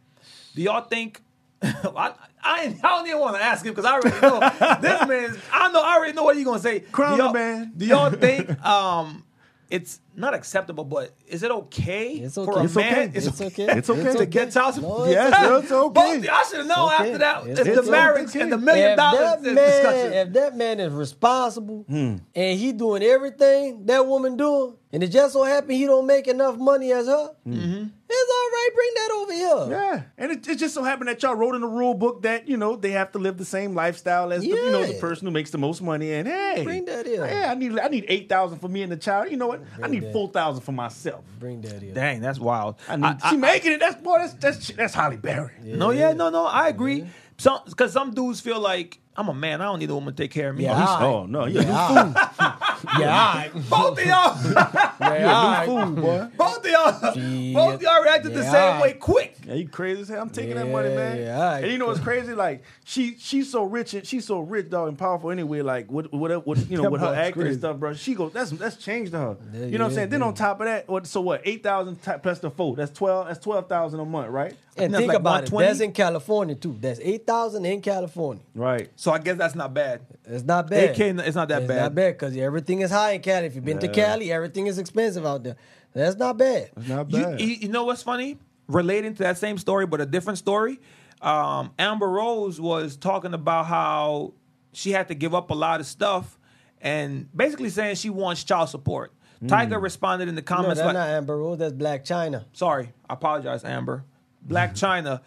[SPEAKER 1] Do y'all think? I, I, I don't even want to ask him because I already know this man. is- I know I already know what he's gonna say.
[SPEAKER 3] Crown
[SPEAKER 1] Do
[SPEAKER 3] the
[SPEAKER 1] y'all-
[SPEAKER 3] man.
[SPEAKER 1] Do y'all think um, it's not acceptable? But is it okay
[SPEAKER 2] It's
[SPEAKER 1] for
[SPEAKER 2] okay.
[SPEAKER 1] a
[SPEAKER 2] It's
[SPEAKER 1] man?
[SPEAKER 3] okay.
[SPEAKER 2] It's okay.
[SPEAKER 3] It's okay.
[SPEAKER 1] To get child
[SPEAKER 2] No,
[SPEAKER 1] support.
[SPEAKER 2] it's
[SPEAKER 3] Yes,
[SPEAKER 2] okay.
[SPEAKER 3] girl, it's okay.
[SPEAKER 1] Both, I should have known
[SPEAKER 2] okay.
[SPEAKER 1] after that. It's,
[SPEAKER 2] It's
[SPEAKER 1] the
[SPEAKER 2] okay.
[SPEAKER 1] marriage and the million
[SPEAKER 2] if
[SPEAKER 1] dollars
[SPEAKER 2] that
[SPEAKER 1] is
[SPEAKER 2] man,
[SPEAKER 1] discussion.
[SPEAKER 2] If that man is responsible and he doing everything that woman doing, and it just so happen he don't make enough money as her, Mm-hmm. it's all right. Bring that over here.
[SPEAKER 3] Yeah, and it, it just so happened that y'all wrote in the rule book that you know they have to live the same lifestyle as the, you know the
[SPEAKER 2] Yeah.
[SPEAKER 3] person who makes the most money. And hey,
[SPEAKER 2] Bring that in.
[SPEAKER 3] Yeah, I need I need eight thousand for me and the child. You know what? I
[SPEAKER 2] Bring
[SPEAKER 3] need
[SPEAKER 2] that.
[SPEAKER 3] four thousand for myself.
[SPEAKER 2] Bring that here.
[SPEAKER 1] Dang, that's wild.
[SPEAKER 3] I need,
[SPEAKER 1] I- I-
[SPEAKER 3] she making it. That's boy. That's that's that's Holly Berry.
[SPEAKER 1] No, yeah, no, no. I agree. Some because some dudes feel like I'm a man. I don't need a woman to take care of me.
[SPEAKER 2] Yeah. Alright.
[SPEAKER 3] Oh no, you yeah.
[SPEAKER 2] Yeah, yeah,
[SPEAKER 1] Both of y'all,
[SPEAKER 2] yeah.
[SPEAKER 3] a new fool, boy.
[SPEAKER 1] both of y'all, both of y'all reacted the same
[SPEAKER 2] Yeah.
[SPEAKER 1] way. Quick.
[SPEAKER 3] Yeah, you crazy as hell. I'm taking that money,
[SPEAKER 2] Yeah,
[SPEAKER 3] man.
[SPEAKER 2] yeah.
[SPEAKER 3] and you know what's crazy? Like she, she's so rich and she's so rich, dog, and powerful anyway. Like what, what, what you know,
[SPEAKER 2] That
[SPEAKER 3] with her
[SPEAKER 2] boy's
[SPEAKER 3] acting and
[SPEAKER 2] crazy.
[SPEAKER 3] stuff, bro. She goes, that's that's changed to her.
[SPEAKER 2] Yeah,
[SPEAKER 3] you know what I'm
[SPEAKER 2] yeah,
[SPEAKER 3] saying? Then on top of that, what? So what? Eight thousand plus the four. That's twelve. That's twelve thousand a month, right?
[SPEAKER 2] And
[SPEAKER 1] That's
[SPEAKER 2] think
[SPEAKER 1] like
[SPEAKER 2] about it.
[SPEAKER 1] 120.
[SPEAKER 2] That's in California too. That's eight thousand in California.
[SPEAKER 3] Right.
[SPEAKER 1] So I guess that's not bad.
[SPEAKER 2] It's not bad.
[SPEAKER 1] 8K n- it's not that
[SPEAKER 2] it's
[SPEAKER 1] bad.
[SPEAKER 2] not bad because everything is high in Cali. If you've been to Cali, everything is expensive out there. That's not bad.
[SPEAKER 3] Not
[SPEAKER 1] You, you, you know what's funny? Relating to that same story, but a different story. Um, Amber Rose was talking about how she had to give up a lot of stuff, and basically saying she wants child support.
[SPEAKER 2] Hmm.
[SPEAKER 1] Tiger responded in the
[SPEAKER 2] No,
[SPEAKER 1] comments
[SPEAKER 2] that's
[SPEAKER 1] like,
[SPEAKER 2] not Amber Rose. That's Black China.
[SPEAKER 1] sorry, I apologize, Amber. Black China.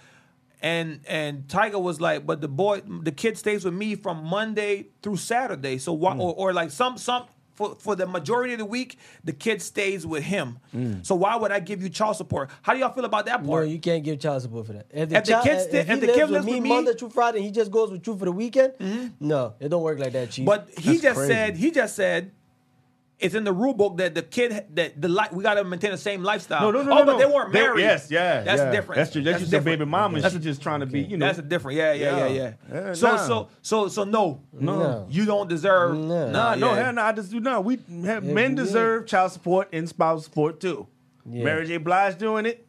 [SPEAKER 1] And and Tiger was like, but the boy, the kid stays with me from Monday through Saturday. So why,
[SPEAKER 3] Mm.
[SPEAKER 1] or, or like some some for, for the majority of the week, the kid stays with him.
[SPEAKER 3] Mm.
[SPEAKER 1] So why would I give you child support? How do y'all feel about that
[SPEAKER 2] No,
[SPEAKER 1] part?
[SPEAKER 2] you can't give child support for that. If
[SPEAKER 1] If the kid sti-
[SPEAKER 2] if he
[SPEAKER 1] if the
[SPEAKER 2] lives
[SPEAKER 1] kid
[SPEAKER 2] with
[SPEAKER 1] lives
[SPEAKER 2] me
[SPEAKER 1] with me- Mm-hmm.
[SPEAKER 2] Monday through Friday, and he just goes with you for the weekend. No, it don't work like that, chief.
[SPEAKER 1] but he
[SPEAKER 3] That's
[SPEAKER 1] just
[SPEAKER 3] crazy.
[SPEAKER 1] said he just said it's in the rule book that the kid that the life we gotta maintain the same lifestyle.
[SPEAKER 3] No, no, no.
[SPEAKER 1] Oh,
[SPEAKER 3] no,
[SPEAKER 1] but
[SPEAKER 3] no.
[SPEAKER 1] they weren't married.
[SPEAKER 3] yes, yeah.
[SPEAKER 1] That's
[SPEAKER 3] yeah.
[SPEAKER 1] different.
[SPEAKER 3] That's your, that's, your
[SPEAKER 1] different.
[SPEAKER 3] baby mama. and
[SPEAKER 1] That's
[SPEAKER 3] She just trying to be, you know.
[SPEAKER 1] That's a different. Yeah, yeah, yeah, yeah.
[SPEAKER 3] Yeah. Yeah,
[SPEAKER 1] so,
[SPEAKER 3] nah.
[SPEAKER 1] so, so, so, no,
[SPEAKER 2] No.
[SPEAKER 1] you don't deserve.
[SPEAKER 2] No.
[SPEAKER 1] nah,
[SPEAKER 3] no,
[SPEAKER 1] yeah.
[SPEAKER 3] hell no. I just do not. We have,
[SPEAKER 2] Yeah, we-
[SPEAKER 3] men deserve child support and spouse support too.
[SPEAKER 2] Yeah.
[SPEAKER 3] Mary J. Blige doing it.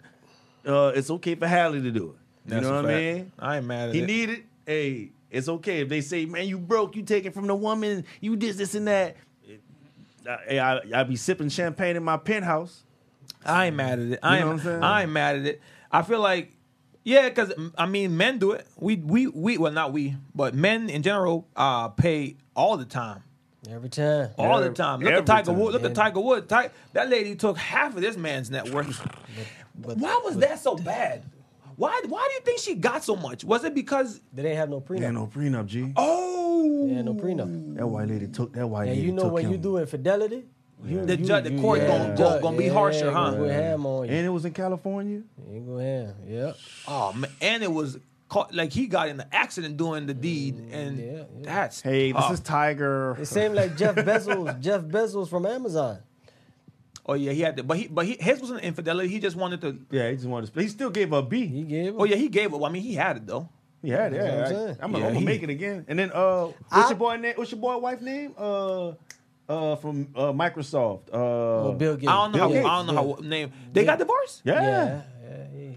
[SPEAKER 3] Uh, it's okay for Hallie to do it.
[SPEAKER 1] That's
[SPEAKER 3] you know
[SPEAKER 1] a
[SPEAKER 3] what I
[SPEAKER 1] fact.
[SPEAKER 3] mean?
[SPEAKER 1] I ain't mad at
[SPEAKER 3] He
[SPEAKER 1] it.
[SPEAKER 3] need it. Hey, it's okay if they say, "Man, you broke. You taking from the woman. You this, this, and that." I, hey, I, I be sipping champagne in my penthouse.
[SPEAKER 1] I ain't mad at it. I
[SPEAKER 3] You know
[SPEAKER 1] ain't,
[SPEAKER 3] what I'm saying?
[SPEAKER 1] I ain't mad at it. I feel like, yeah, because I mean, men do it. We, we, we. Well, not we, but men in general uh, pay all the time.
[SPEAKER 2] Every time.
[SPEAKER 1] All
[SPEAKER 3] Every-
[SPEAKER 1] the time. Look at
[SPEAKER 3] every
[SPEAKER 1] Tiger
[SPEAKER 3] time.
[SPEAKER 1] Woods. Look at
[SPEAKER 2] And-
[SPEAKER 1] Tiger Woods. Ti- that lady took half of this man's net worth.
[SPEAKER 2] but-
[SPEAKER 1] why was that so bad? Why? Why do you think she got so much? Was it because?
[SPEAKER 2] They didn't have no prenup.
[SPEAKER 3] Yeah, no prenup, G.
[SPEAKER 1] Oh,
[SPEAKER 2] They had no prenup.
[SPEAKER 3] That white lady took. That white
[SPEAKER 2] And
[SPEAKER 3] lady
[SPEAKER 2] you know
[SPEAKER 3] took
[SPEAKER 2] when
[SPEAKER 3] him.
[SPEAKER 2] you do infidelity, you,
[SPEAKER 1] The
[SPEAKER 2] you-
[SPEAKER 1] judge- the
[SPEAKER 2] you-
[SPEAKER 1] court
[SPEAKER 3] gonna-
[SPEAKER 2] the
[SPEAKER 3] gonna-
[SPEAKER 2] judge-
[SPEAKER 1] gonna be
[SPEAKER 2] yeah,
[SPEAKER 1] harsher,
[SPEAKER 2] gonna
[SPEAKER 1] huh?
[SPEAKER 2] Go ham on you.
[SPEAKER 3] and it was in California.
[SPEAKER 2] You go ham. Yep.
[SPEAKER 1] Oh man, and it was caught like he got in an accident doing the deed, and
[SPEAKER 2] Mm, yeah, yeah.
[SPEAKER 1] that's
[SPEAKER 3] Hey, this
[SPEAKER 2] Oh.
[SPEAKER 1] tough.
[SPEAKER 3] is Tiger.
[SPEAKER 2] It seemed like Jeff Bezos. Jeff Bezos from Amazon.
[SPEAKER 1] oh yeah, he had to, but he but he, his was an infidelity. He just wanted to.
[SPEAKER 3] Yeah, he just wanted to. He still gave her a B.
[SPEAKER 2] He gave.
[SPEAKER 1] Oh yeah, he gave it. Well, I mean, he had it though.
[SPEAKER 3] Yeah, yeah.
[SPEAKER 2] what I'm saying.
[SPEAKER 3] I- I'm, gonna-
[SPEAKER 1] Yeah,
[SPEAKER 3] I'm gonna
[SPEAKER 1] he-
[SPEAKER 3] make it again. And then uh, what's
[SPEAKER 2] I-
[SPEAKER 3] your boy name? What's your boy wife name? Uh, uh, from uh Microsoft. Uh, oh,
[SPEAKER 2] Bill Gates.
[SPEAKER 1] I don't know how.
[SPEAKER 3] Bill
[SPEAKER 1] I don't know how name. They got divorced.
[SPEAKER 3] Yeah.
[SPEAKER 2] Yeah.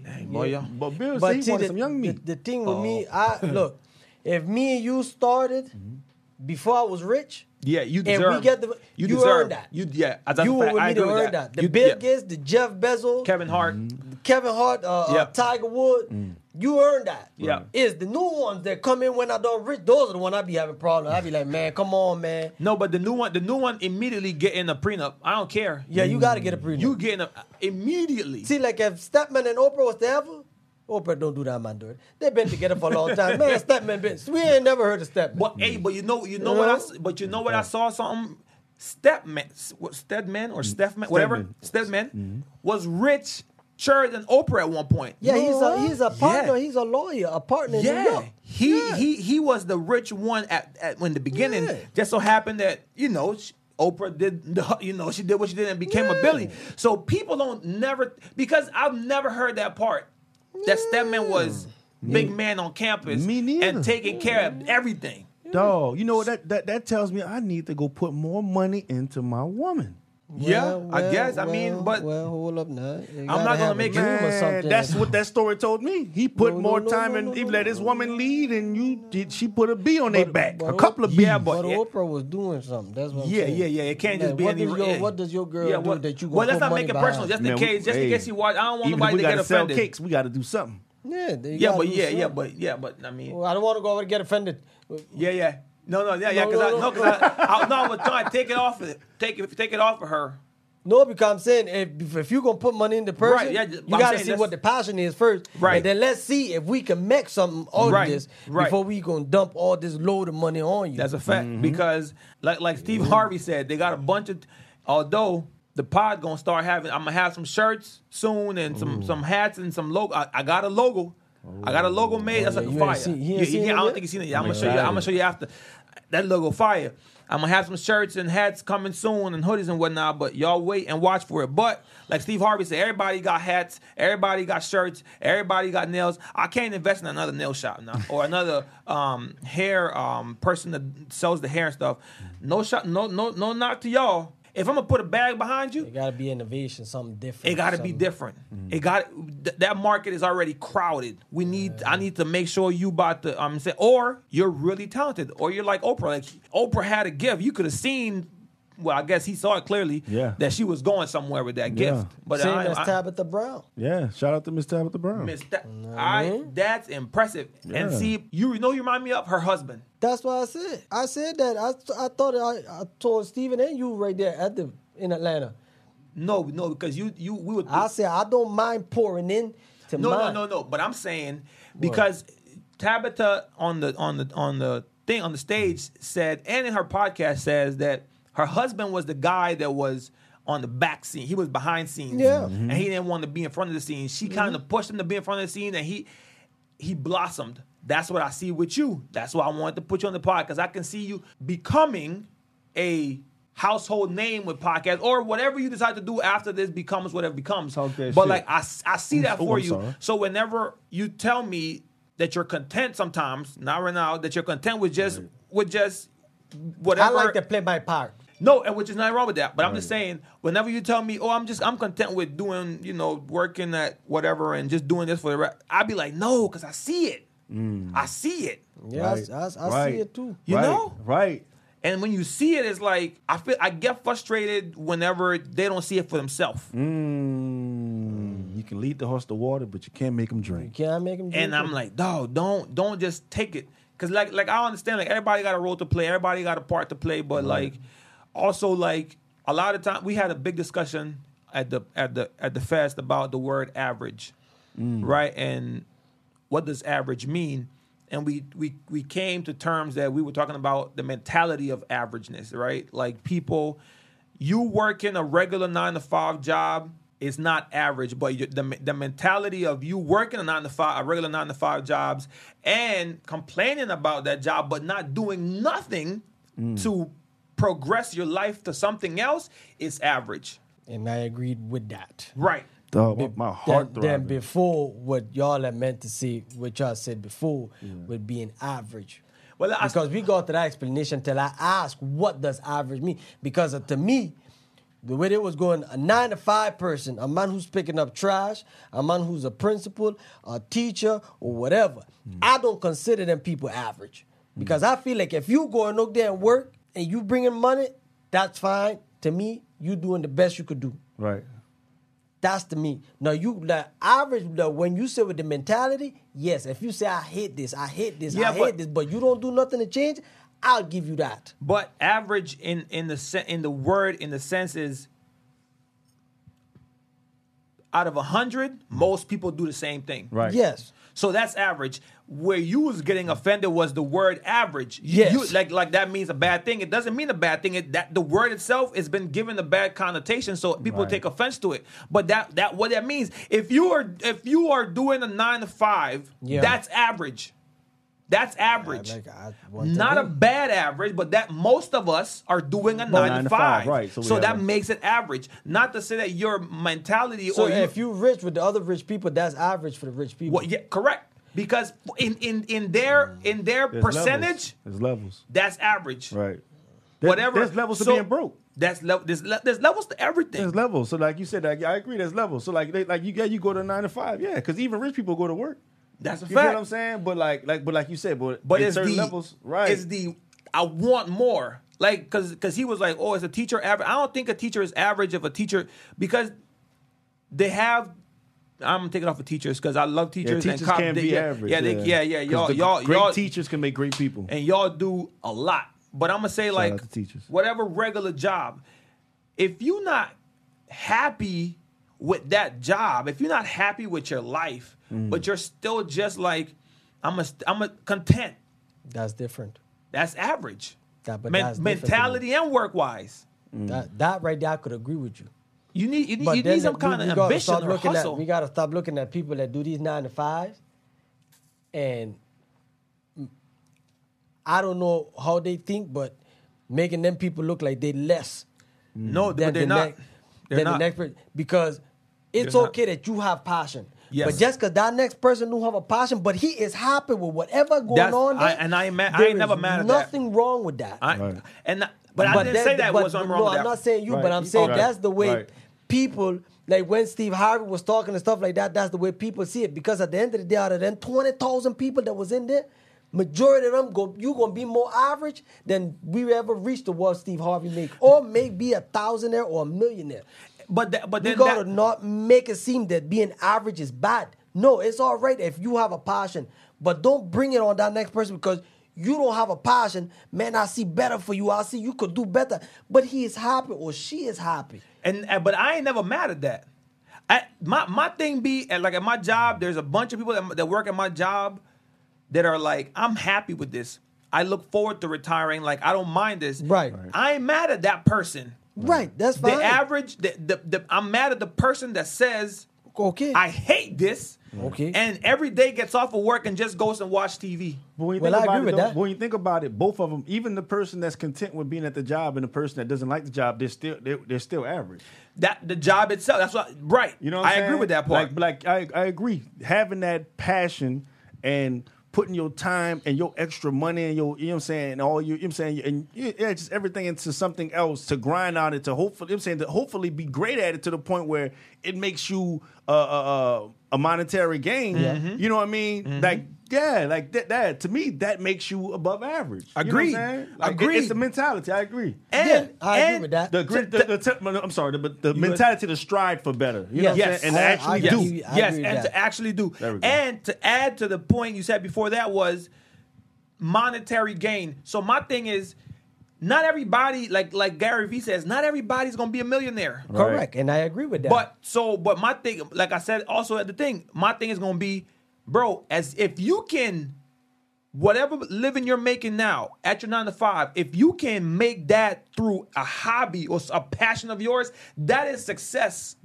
[SPEAKER 2] yeah, he-
[SPEAKER 1] boy,
[SPEAKER 2] yeah.
[SPEAKER 1] yeah.
[SPEAKER 3] But Bill
[SPEAKER 2] But
[SPEAKER 3] said he
[SPEAKER 2] see,
[SPEAKER 3] wanted
[SPEAKER 2] the,
[SPEAKER 3] some young
[SPEAKER 2] the-
[SPEAKER 3] meat.
[SPEAKER 2] the thing with
[SPEAKER 1] Oh.
[SPEAKER 2] me, I look. If me and you started
[SPEAKER 1] Mm-hmm.
[SPEAKER 2] before I was rich,
[SPEAKER 1] Yeah, you
[SPEAKER 2] And we
[SPEAKER 1] deserve.
[SPEAKER 2] get the-
[SPEAKER 1] you,
[SPEAKER 2] you
[SPEAKER 1] deserve
[SPEAKER 2] earned that.
[SPEAKER 1] You yeah. As a
[SPEAKER 2] you
[SPEAKER 1] fact,
[SPEAKER 2] were with
[SPEAKER 1] I
[SPEAKER 2] me to
[SPEAKER 1] agree with
[SPEAKER 2] earn that. The
[SPEAKER 1] You-
[SPEAKER 2] Bill
[SPEAKER 1] yeah.
[SPEAKER 2] Gates, the Jeff Bezos,
[SPEAKER 1] Kevin Hart.
[SPEAKER 3] Mm-hmm.
[SPEAKER 2] Kevin Hart, uh, uh,
[SPEAKER 1] Yep.
[SPEAKER 2] Tiger Woods, you earned that.
[SPEAKER 1] Mm. Yeah.
[SPEAKER 2] It's the new ones that come in when I don't rich. Those are the one I be having problems. I be like, man, come on, man.
[SPEAKER 1] No, but the new one, the new one immediately getting a prenup. I don't care.
[SPEAKER 2] Yeah, you
[SPEAKER 3] Mm.
[SPEAKER 2] gotta get a prenup.
[SPEAKER 1] You getting a immediately.
[SPEAKER 2] See, like if Stepman and Oprah was to ever, Oprah don't do that, man. Dude, they've been together for a long time. Man, Stepman, been, we ain't never heard of Stepman.
[SPEAKER 1] But hey, but you know, you know what I, s- but you know what I saw something. Stepman, s- what Stedman or Stefman, whatever Stedman was rich, richer than Oprah at one point.
[SPEAKER 2] Yeah, he's a he's a partner.
[SPEAKER 1] Yeah.
[SPEAKER 2] He's a lawyer, a partner in New
[SPEAKER 1] Yeah,
[SPEAKER 2] York.
[SPEAKER 1] he he he was the rich one at, at when the beginning.
[SPEAKER 2] Yeah.
[SPEAKER 1] Just so happened that you know sh- Oprah did the, you know she did what she did and became a
[SPEAKER 2] Yeah.
[SPEAKER 1] Billy. So people don't never because I've never heard that part that Stedman was big man on campus
[SPEAKER 3] Me neither.
[SPEAKER 1] and taking care of everything.
[SPEAKER 3] Dog, you know what? That, that that tells me I need to go put more money into my woman.
[SPEAKER 1] yeah,
[SPEAKER 2] Well,
[SPEAKER 1] I
[SPEAKER 2] well,
[SPEAKER 1] guess. I mean,
[SPEAKER 2] well,
[SPEAKER 1] but
[SPEAKER 2] well, hold up now. I'm
[SPEAKER 1] not gonna make it-
[SPEAKER 2] room or something.
[SPEAKER 3] that's what that story told me. He put
[SPEAKER 2] No, no,
[SPEAKER 3] more
[SPEAKER 2] no,
[SPEAKER 3] time
[SPEAKER 2] no,
[SPEAKER 3] and
[SPEAKER 2] no,
[SPEAKER 3] he
[SPEAKER 2] no,
[SPEAKER 3] let
[SPEAKER 2] no,
[SPEAKER 3] his
[SPEAKER 2] no.
[SPEAKER 3] woman lead, and you did. She put a B on their back, a
[SPEAKER 2] but-
[SPEAKER 3] couple of B's.
[SPEAKER 1] yeah,
[SPEAKER 2] But
[SPEAKER 1] Yeah.
[SPEAKER 2] Oprah was doing something. That's what. I'm
[SPEAKER 1] Yeah,
[SPEAKER 2] saying.
[SPEAKER 1] yeah, yeah. It can't just
[SPEAKER 2] Like,
[SPEAKER 1] be
[SPEAKER 2] what
[SPEAKER 1] any.
[SPEAKER 2] Does
[SPEAKER 1] yeah.
[SPEAKER 2] your, what does your girl
[SPEAKER 1] Yeah,
[SPEAKER 2] do
[SPEAKER 1] what-
[SPEAKER 2] that you gonna
[SPEAKER 1] Well, let's
[SPEAKER 2] put
[SPEAKER 1] not
[SPEAKER 2] money
[SPEAKER 1] make it
[SPEAKER 2] behind?
[SPEAKER 1] personal, just in
[SPEAKER 3] Man,
[SPEAKER 1] case, just in
[SPEAKER 3] hey,
[SPEAKER 1] case you watch. I don't want
[SPEAKER 3] even if
[SPEAKER 1] nobody
[SPEAKER 3] we
[SPEAKER 1] to get
[SPEAKER 3] gotta sell
[SPEAKER 1] offended.
[SPEAKER 3] cakes. We got to do something.
[SPEAKER 2] yeah, they
[SPEAKER 1] Yeah,
[SPEAKER 2] gotta
[SPEAKER 1] but
[SPEAKER 2] do
[SPEAKER 1] yeah, yeah,
[SPEAKER 2] something.
[SPEAKER 1] but yeah, but I mean,
[SPEAKER 2] Well, I don't want to go over and get offended.
[SPEAKER 1] Yeah, yeah. No, no, yeah, yeah.
[SPEAKER 2] No,
[SPEAKER 1] Because
[SPEAKER 2] no,
[SPEAKER 1] I, no,
[SPEAKER 2] no.
[SPEAKER 1] 'cause I, I, no, I was trying to take it off of take it, take it off of her.
[SPEAKER 2] No, because I'm saying if, if you're gonna put money in the person,
[SPEAKER 1] Right, yeah,
[SPEAKER 2] you
[SPEAKER 1] but I'm
[SPEAKER 2] gotta
[SPEAKER 1] saying
[SPEAKER 2] see
[SPEAKER 1] that's-
[SPEAKER 2] what the passion is first,
[SPEAKER 1] Right.
[SPEAKER 2] And then let's see if we can make something out
[SPEAKER 1] Right,
[SPEAKER 2] of this
[SPEAKER 1] right.
[SPEAKER 2] before we gonna dump all this load of money on you.
[SPEAKER 1] That's a fact
[SPEAKER 2] Mm-hmm.
[SPEAKER 1] because, like, like Steve Harvey said, they got a bunch of. Although the pod gonna start having, I'm gonna have some shirts soon and some some hats and some logo. I, I got a logo. I got a logo made. That's
[SPEAKER 2] Oh, yeah,
[SPEAKER 1] like
[SPEAKER 2] you ain't
[SPEAKER 1] fire.
[SPEAKER 2] seen- he ain't
[SPEAKER 1] You- you
[SPEAKER 2] seen
[SPEAKER 1] can't-
[SPEAKER 2] it
[SPEAKER 1] I don't
[SPEAKER 2] yet?
[SPEAKER 1] think you seen it yet. I'm, gonna show you. I'm gonna show you after that logo fire. I'm gonna have some shirts and hats coming soon and hoodies and whatnot. But y'all wait and watch for it. But like Steve Harvey said, everybody got hats, everybody got shirts, everybody got nails. I can't invest in another nail shop now or another um, hair um, person that sells the hair and stuff. No shot. No no no. Not to y'all. If I'm gonna put a bag behind you,
[SPEAKER 2] It gotta be innovation, something different.
[SPEAKER 1] it got to be
[SPEAKER 2] something-
[SPEAKER 1] different.
[SPEAKER 3] Mm-hmm.
[SPEAKER 1] It got th- that market is already crowded. We need. I need to make sure you bought the. I'm saying, or you're really talented, or you're like Oprah. Like Oprah had a gift. You could have seen. Well, I guess he saw it clearly.
[SPEAKER 3] Yeah.
[SPEAKER 1] That she was going somewhere with that
[SPEAKER 3] Yeah.
[SPEAKER 1] gift. But
[SPEAKER 2] Same
[SPEAKER 1] I,
[SPEAKER 2] as
[SPEAKER 1] I-
[SPEAKER 2] Tabitha Brown.
[SPEAKER 3] Yeah, shout out to Miss Tabitha Brown.
[SPEAKER 1] Miss Tha- I. That's impressive. And
[SPEAKER 3] Yeah.
[SPEAKER 1] see, you know, you remind me of her husband.
[SPEAKER 2] That's what I said. I said that. I, I thought I, I told Steven and you right there at the in Atlanta.
[SPEAKER 1] No, no, because you, you, we would.
[SPEAKER 2] I said I don't mind pouring in to
[SPEAKER 1] No,
[SPEAKER 2] mine.
[SPEAKER 1] no, no, no. But I'm saying because Tabitha on the on the on the thing on the stage said, and in her podcast says that her husband was the guy that was on the back scene. He was behind scenes,
[SPEAKER 2] Yeah. Mm-hmm.
[SPEAKER 1] and
[SPEAKER 3] Mm-hmm.
[SPEAKER 1] he didn't want to be in front of the scene. She kind of pushed him to be in front of the scene, and he he blossomed. That's what I see with you. That's why I wanted to put you on the pod because I can see you becoming a household name with podcasts or whatever you decide to do after this becomes whatever becomes.
[SPEAKER 3] Talk that
[SPEAKER 1] but
[SPEAKER 3] shit.
[SPEAKER 1] like I, s- I see that
[SPEAKER 3] Oh,
[SPEAKER 1] for
[SPEAKER 3] I'm
[SPEAKER 1] you.
[SPEAKER 3] sorry.
[SPEAKER 1] So whenever you tell me that you're content sometimes, not right now, that you're content with just with just
[SPEAKER 2] I
[SPEAKER 1] whatever
[SPEAKER 2] like to play my part.
[SPEAKER 1] no, and which is nothing wrong with that. But I'm just saying, whenever you tell me, "Oh, I'm just I'm content with doing, you know, working at whatever and just doing this for the," rest, I'd be like, "No," because I see it.
[SPEAKER 3] Mm.
[SPEAKER 1] I see it.
[SPEAKER 2] Yeah, I- I, I see it too.
[SPEAKER 1] You
[SPEAKER 3] right,
[SPEAKER 1] know?
[SPEAKER 3] Right.
[SPEAKER 1] And when you see it, it's like I feel I get frustrated whenever they don't see it for themselves.
[SPEAKER 3] Mm, you can lead the horse to water, but you can't make him drink.
[SPEAKER 2] Can I make him?
[SPEAKER 1] And I'm like, dog, don't don't just take it. Cause like like I understand like everybody got a role to play, everybody got a part to play, but like also like a lot of time we had a big discussion at the at the at the fest about the word average. Right? And what does average mean? And we, we we came to terms that we were talking about the mentality of averageness, right? Like people, you working a regular nine to five job is not average, but you, the the mentality of you working a nine to five, a regular nine to five jobs, and complaining about that job but not doing nothing to progress your life to something else is average,
[SPEAKER 2] and I agreed with that.
[SPEAKER 1] right?
[SPEAKER 3] Dog, my- my heart
[SPEAKER 2] than, than
[SPEAKER 3] throbbing.
[SPEAKER 2] before what y'all had meant to see, what y'all said before, with being average.
[SPEAKER 1] Well, I-
[SPEAKER 2] because we got to that explanation till I asked, what does average mean? Because uh, to me, the way it was going, a nine to five person, a man who's picking up trash, a man who's a principal, a teacher, or whatever,
[SPEAKER 3] Hmm.
[SPEAKER 2] I don't consider them people average. Because I feel like if you going out there and work and you bringing money, that's fine. To me, you doing the best you could do.
[SPEAKER 3] Right.
[SPEAKER 2] That's to me. Now you the average the, when you say with the mentality, yes. If you say I hate this, I hate this,
[SPEAKER 1] Yeah,
[SPEAKER 2] I
[SPEAKER 1] but-
[SPEAKER 2] hate this, but you don't do nothing to change, I'll give you that.
[SPEAKER 1] But average in in the sen- in the word in the sense is out of a hundred, most people do the same thing.
[SPEAKER 3] Right.
[SPEAKER 2] Yes.
[SPEAKER 1] So that's average. Where you was getting offended was the word average. You-
[SPEAKER 2] Yes.
[SPEAKER 1] you- like like that means a bad thing. It doesn't mean a bad thing. It, that the word itself has been given a bad connotation, so people
[SPEAKER 3] Right.
[SPEAKER 1] take offense to it. But that that what that means if you are if you are doing a nine to five,
[SPEAKER 2] Yeah.
[SPEAKER 1] that's average. That's average.
[SPEAKER 2] like, I- once
[SPEAKER 1] Not a
[SPEAKER 2] again.
[SPEAKER 1] bad average, but that most of us are doing a nine, to five.
[SPEAKER 3] right,
[SPEAKER 1] So,
[SPEAKER 3] so we
[SPEAKER 1] that
[SPEAKER 3] have a-
[SPEAKER 1] makes it average. Not to say that your mentality
[SPEAKER 2] So
[SPEAKER 1] or you,
[SPEAKER 2] if you rich with the other rich people, that's average for the rich people.
[SPEAKER 1] well, yeah, correct. Because in in in their in their
[SPEAKER 3] There's
[SPEAKER 1] percentage,
[SPEAKER 3] Levels. There's levels.
[SPEAKER 1] that's average.
[SPEAKER 3] Right. There-
[SPEAKER 1] Whatever.
[SPEAKER 3] There's levels to
[SPEAKER 1] So,
[SPEAKER 3] being broke.
[SPEAKER 1] That's level. There's, le- there's levels to everything.
[SPEAKER 3] There's levels. So like you said, like, I agree. There's levels. So like, they, like you, yeah, you go to nine to five, yeah, because even rich people go to work.
[SPEAKER 1] that's a
[SPEAKER 3] You
[SPEAKER 1] fact.
[SPEAKER 3] know what I'm saying? But like, like, but like you said, but
[SPEAKER 1] But
[SPEAKER 3] in
[SPEAKER 1] it's
[SPEAKER 3] certain
[SPEAKER 1] the
[SPEAKER 3] levels, right?
[SPEAKER 1] It's the I want more. Like cause cause he was like, oh, is a teacher average? I don't think a teacher is average if a teacher because they have. I'm taking off of teachers because I love
[SPEAKER 3] yeah,
[SPEAKER 1] teachers.
[SPEAKER 3] teachers
[SPEAKER 1] and cop,
[SPEAKER 3] can
[SPEAKER 1] they-
[SPEAKER 3] be
[SPEAKER 1] yeah,
[SPEAKER 3] average.
[SPEAKER 1] Yeah, they, yeah, yeah.
[SPEAKER 3] 'Cause
[SPEAKER 1] Y'all,
[SPEAKER 3] the
[SPEAKER 1] y'all,
[SPEAKER 3] great
[SPEAKER 1] y'all,
[SPEAKER 3] teachers can make great people.
[SPEAKER 1] and y'all do a lot. But I'm gonna say
[SPEAKER 3] out
[SPEAKER 1] like
[SPEAKER 3] to teachers.
[SPEAKER 1] whatever regular job, if you're not happy with that job, if you're not happy with your life,
[SPEAKER 2] Mm.
[SPEAKER 1] but you're still just like I'm a I'm a content.
[SPEAKER 2] that's different.
[SPEAKER 1] That's average.
[SPEAKER 2] That- but
[SPEAKER 1] Men-
[SPEAKER 2] that's different than-
[SPEAKER 1] mentality and work wise.
[SPEAKER 2] That that right there I could agree with you.
[SPEAKER 1] You need you, need-
[SPEAKER 2] But
[SPEAKER 1] you
[SPEAKER 2] then
[SPEAKER 1] need some
[SPEAKER 2] we-
[SPEAKER 1] kind
[SPEAKER 2] we
[SPEAKER 1] of
[SPEAKER 2] gotta
[SPEAKER 1] ambition
[SPEAKER 2] start
[SPEAKER 1] or
[SPEAKER 2] looking at-
[SPEAKER 1] hustle.
[SPEAKER 2] we got to stop looking at people that do these nine to fives, and mm, I don't know how they think, but making them people look like they less
[SPEAKER 1] no,
[SPEAKER 2] than
[SPEAKER 1] but they're
[SPEAKER 2] the
[SPEAKER 1] not.
[SPEAKER 2] next
[SPEAKER 1] They're
[SPEAKER 2] than
[SPEAKER 1] not.
[SPEAKER 2] the next person because it's
[SPEAKER 1] They're not.
[SPEAKER 2] okay that you have passion.
[SPEAKER 1] Yes.
[SPEAKER 2] But just because that next person don't have a passion, but he is happy with whatever going
[SPEAKER 1] That's-
[SPEAKER 2] on there.
[SPEAKER 1] I- and I ain't mad- I
[SPEAKER 2] there
[SPEAKER 1] ain't never
[SPEAKER 2] is
[SPEAKER 1] mad at that.
[SPEAKER 2] Nothing wrong with that.
[SPEAKER 1] I-
[SPEAKER 3] Right.
[SPEAKER 1] And I- but, I didn't
[SPEAKER 2] that-
[SPEAKER 1] say that
[SPEAKER 2] but-
[SPEAKER 1] was
[SPEAKER 2] but
[SPEAKER 1] I'm wrong.
[SPEAKER 2] No,
[SPEAKER 1] with
[SPEAKER 2] I'm
[SPEAKER 1] that.
[SPEAKER 2] not saying you,
[SPEAKER 3] Right.
[SPEAKER 2] but I'm saying
[SPEAKER 3] Right.
[SPEAKER 2] that's the way
[SPEAKER 3] Right.
[SPEAKER 2] people like when Steve Harvey was talking and stuff like that. That's the way people see it because at the end of the day, out of them twenty thousand people that was in there, majority of them go you gonna be more average than we ever reached the what Steve Harvey make, or maybe a thousandaire or a millionaire.
[SPEAKER 1] But that, but
[SPEAKER 2] You
[SPEAKER 1] then
[SPEAKER 2] gotta
[SPEAKER 1] that,
[SPEAKER 2] not make it seem that being average is bad. No, it's all right if you have a passion, but don't bring it on that next person because you don't have a passion. Man, I see better for you. I see you could do better. But he is happy or she is happy.
[SPEAKER 1] And and- but I ain't never mad at that. I, my my thing be at like at my job. There's a bunch of people that, that work at my job that are like, I'm happy with this. I look forward to retiring. Like I don't mind this.
[SPEAKER 2] Right. Right.
[SPEAKER 1] I ain't mad at that person.
[SPEAKER 2] Right, that's
[SPEAKER 1] The
[SPEAKER 2] fine.
[SPEAKER 1] average. The, the, the I'm mad at the person that says,
[SPEAKER 2] okay.
[SPEAKER 1] I hate this.
[SPEAKER 2] Okay.
[SPEAKER 1] And every day gets off of work and just goes and watch TV.
[SPEAKER 3] But when you
[SPEAKER 2] Well,
[SPEAKER 3] think
[SPEAKER 2] I
[SPEAKER 3] about
[SPEAKER 2] agree
[SPEAKER 3] it,
[SPEAKER 2] with
[SPEAKER 3] though,
[SPEAKER 2] that.
[SPEAKER 3] when you think about it, both of them, even the person that's content with being at the job and the person that doesn't like the job, they're still they're, they're still average.
[SPEAKER 1] That the job itself. That's what right.
[SPEAKER 3] You know, what
[SPEAKER 1] I
[SPEAKER 3] I'm saying?
[SPEAKER 1] agree with that part.
[SPEAKER 3] Like, like I, I agree. Having that passion and putting your time and your extra money and your, you know what I'm saying, and all your, you know what I'm saying, and yeah, just everything into something else to grind on it to hopefully, you know what I'm saying, to hopefully be great at it to the point where it makes you uh, uh, uh, a monetary gain.
[SPEAKER 1] Mm-hmm.
[SPEAKER 3] You know what I mean? Like, yeah, like that, that. To me, that makes you above average.
[SPEAKER 1] Agreed.
[SPEAKER 3] You know what I'm saying? Like, it-
[SPEAKER 1] Agreed.
[SPEAKER 3] it's the mentality. I agree.
[SPEAKER 1] and
[SPEAKER 2] Yeah, I agree
[SPEAKER 1] and
[SPEAKER 2] with that.
[SPEAKER 3] The, grit, the, the, te- I'm sorry, the, but the mentality to strive for better. You know what I'm
[SPEAKER 1] Yes.
[SPEAKER 3] saying? And to
[SPEAKER 1] I-
[SPEAKER 3] actually
[SPEAKER 2] Oh, I
[SPEAKER 3] do.
[SPEAKER 2] agree- I
[SPEAKER 1] yes,
[SPEAKER 2] agree
[SPEAKER 1] and
[SPEAKER 2] with that.
[SPEAKER 1] to actually do.
[SPEAKER 3] There we go.
[SPEAKER 1] And to add to the point you said before that was monetary gain. So my thing is, not everybody like like Gary Vee says, not everybody's gonna be a millionaire.
[SPEAKER 2] Correct, and I agree with that.
[SPEAKER 1] But so, but my thing, like I said, also at the thing, my thing is gonna be, bro, as if you can, whatever living you're making now at your nine to five, if you can make that through a hobby or a passion of yours, that is success.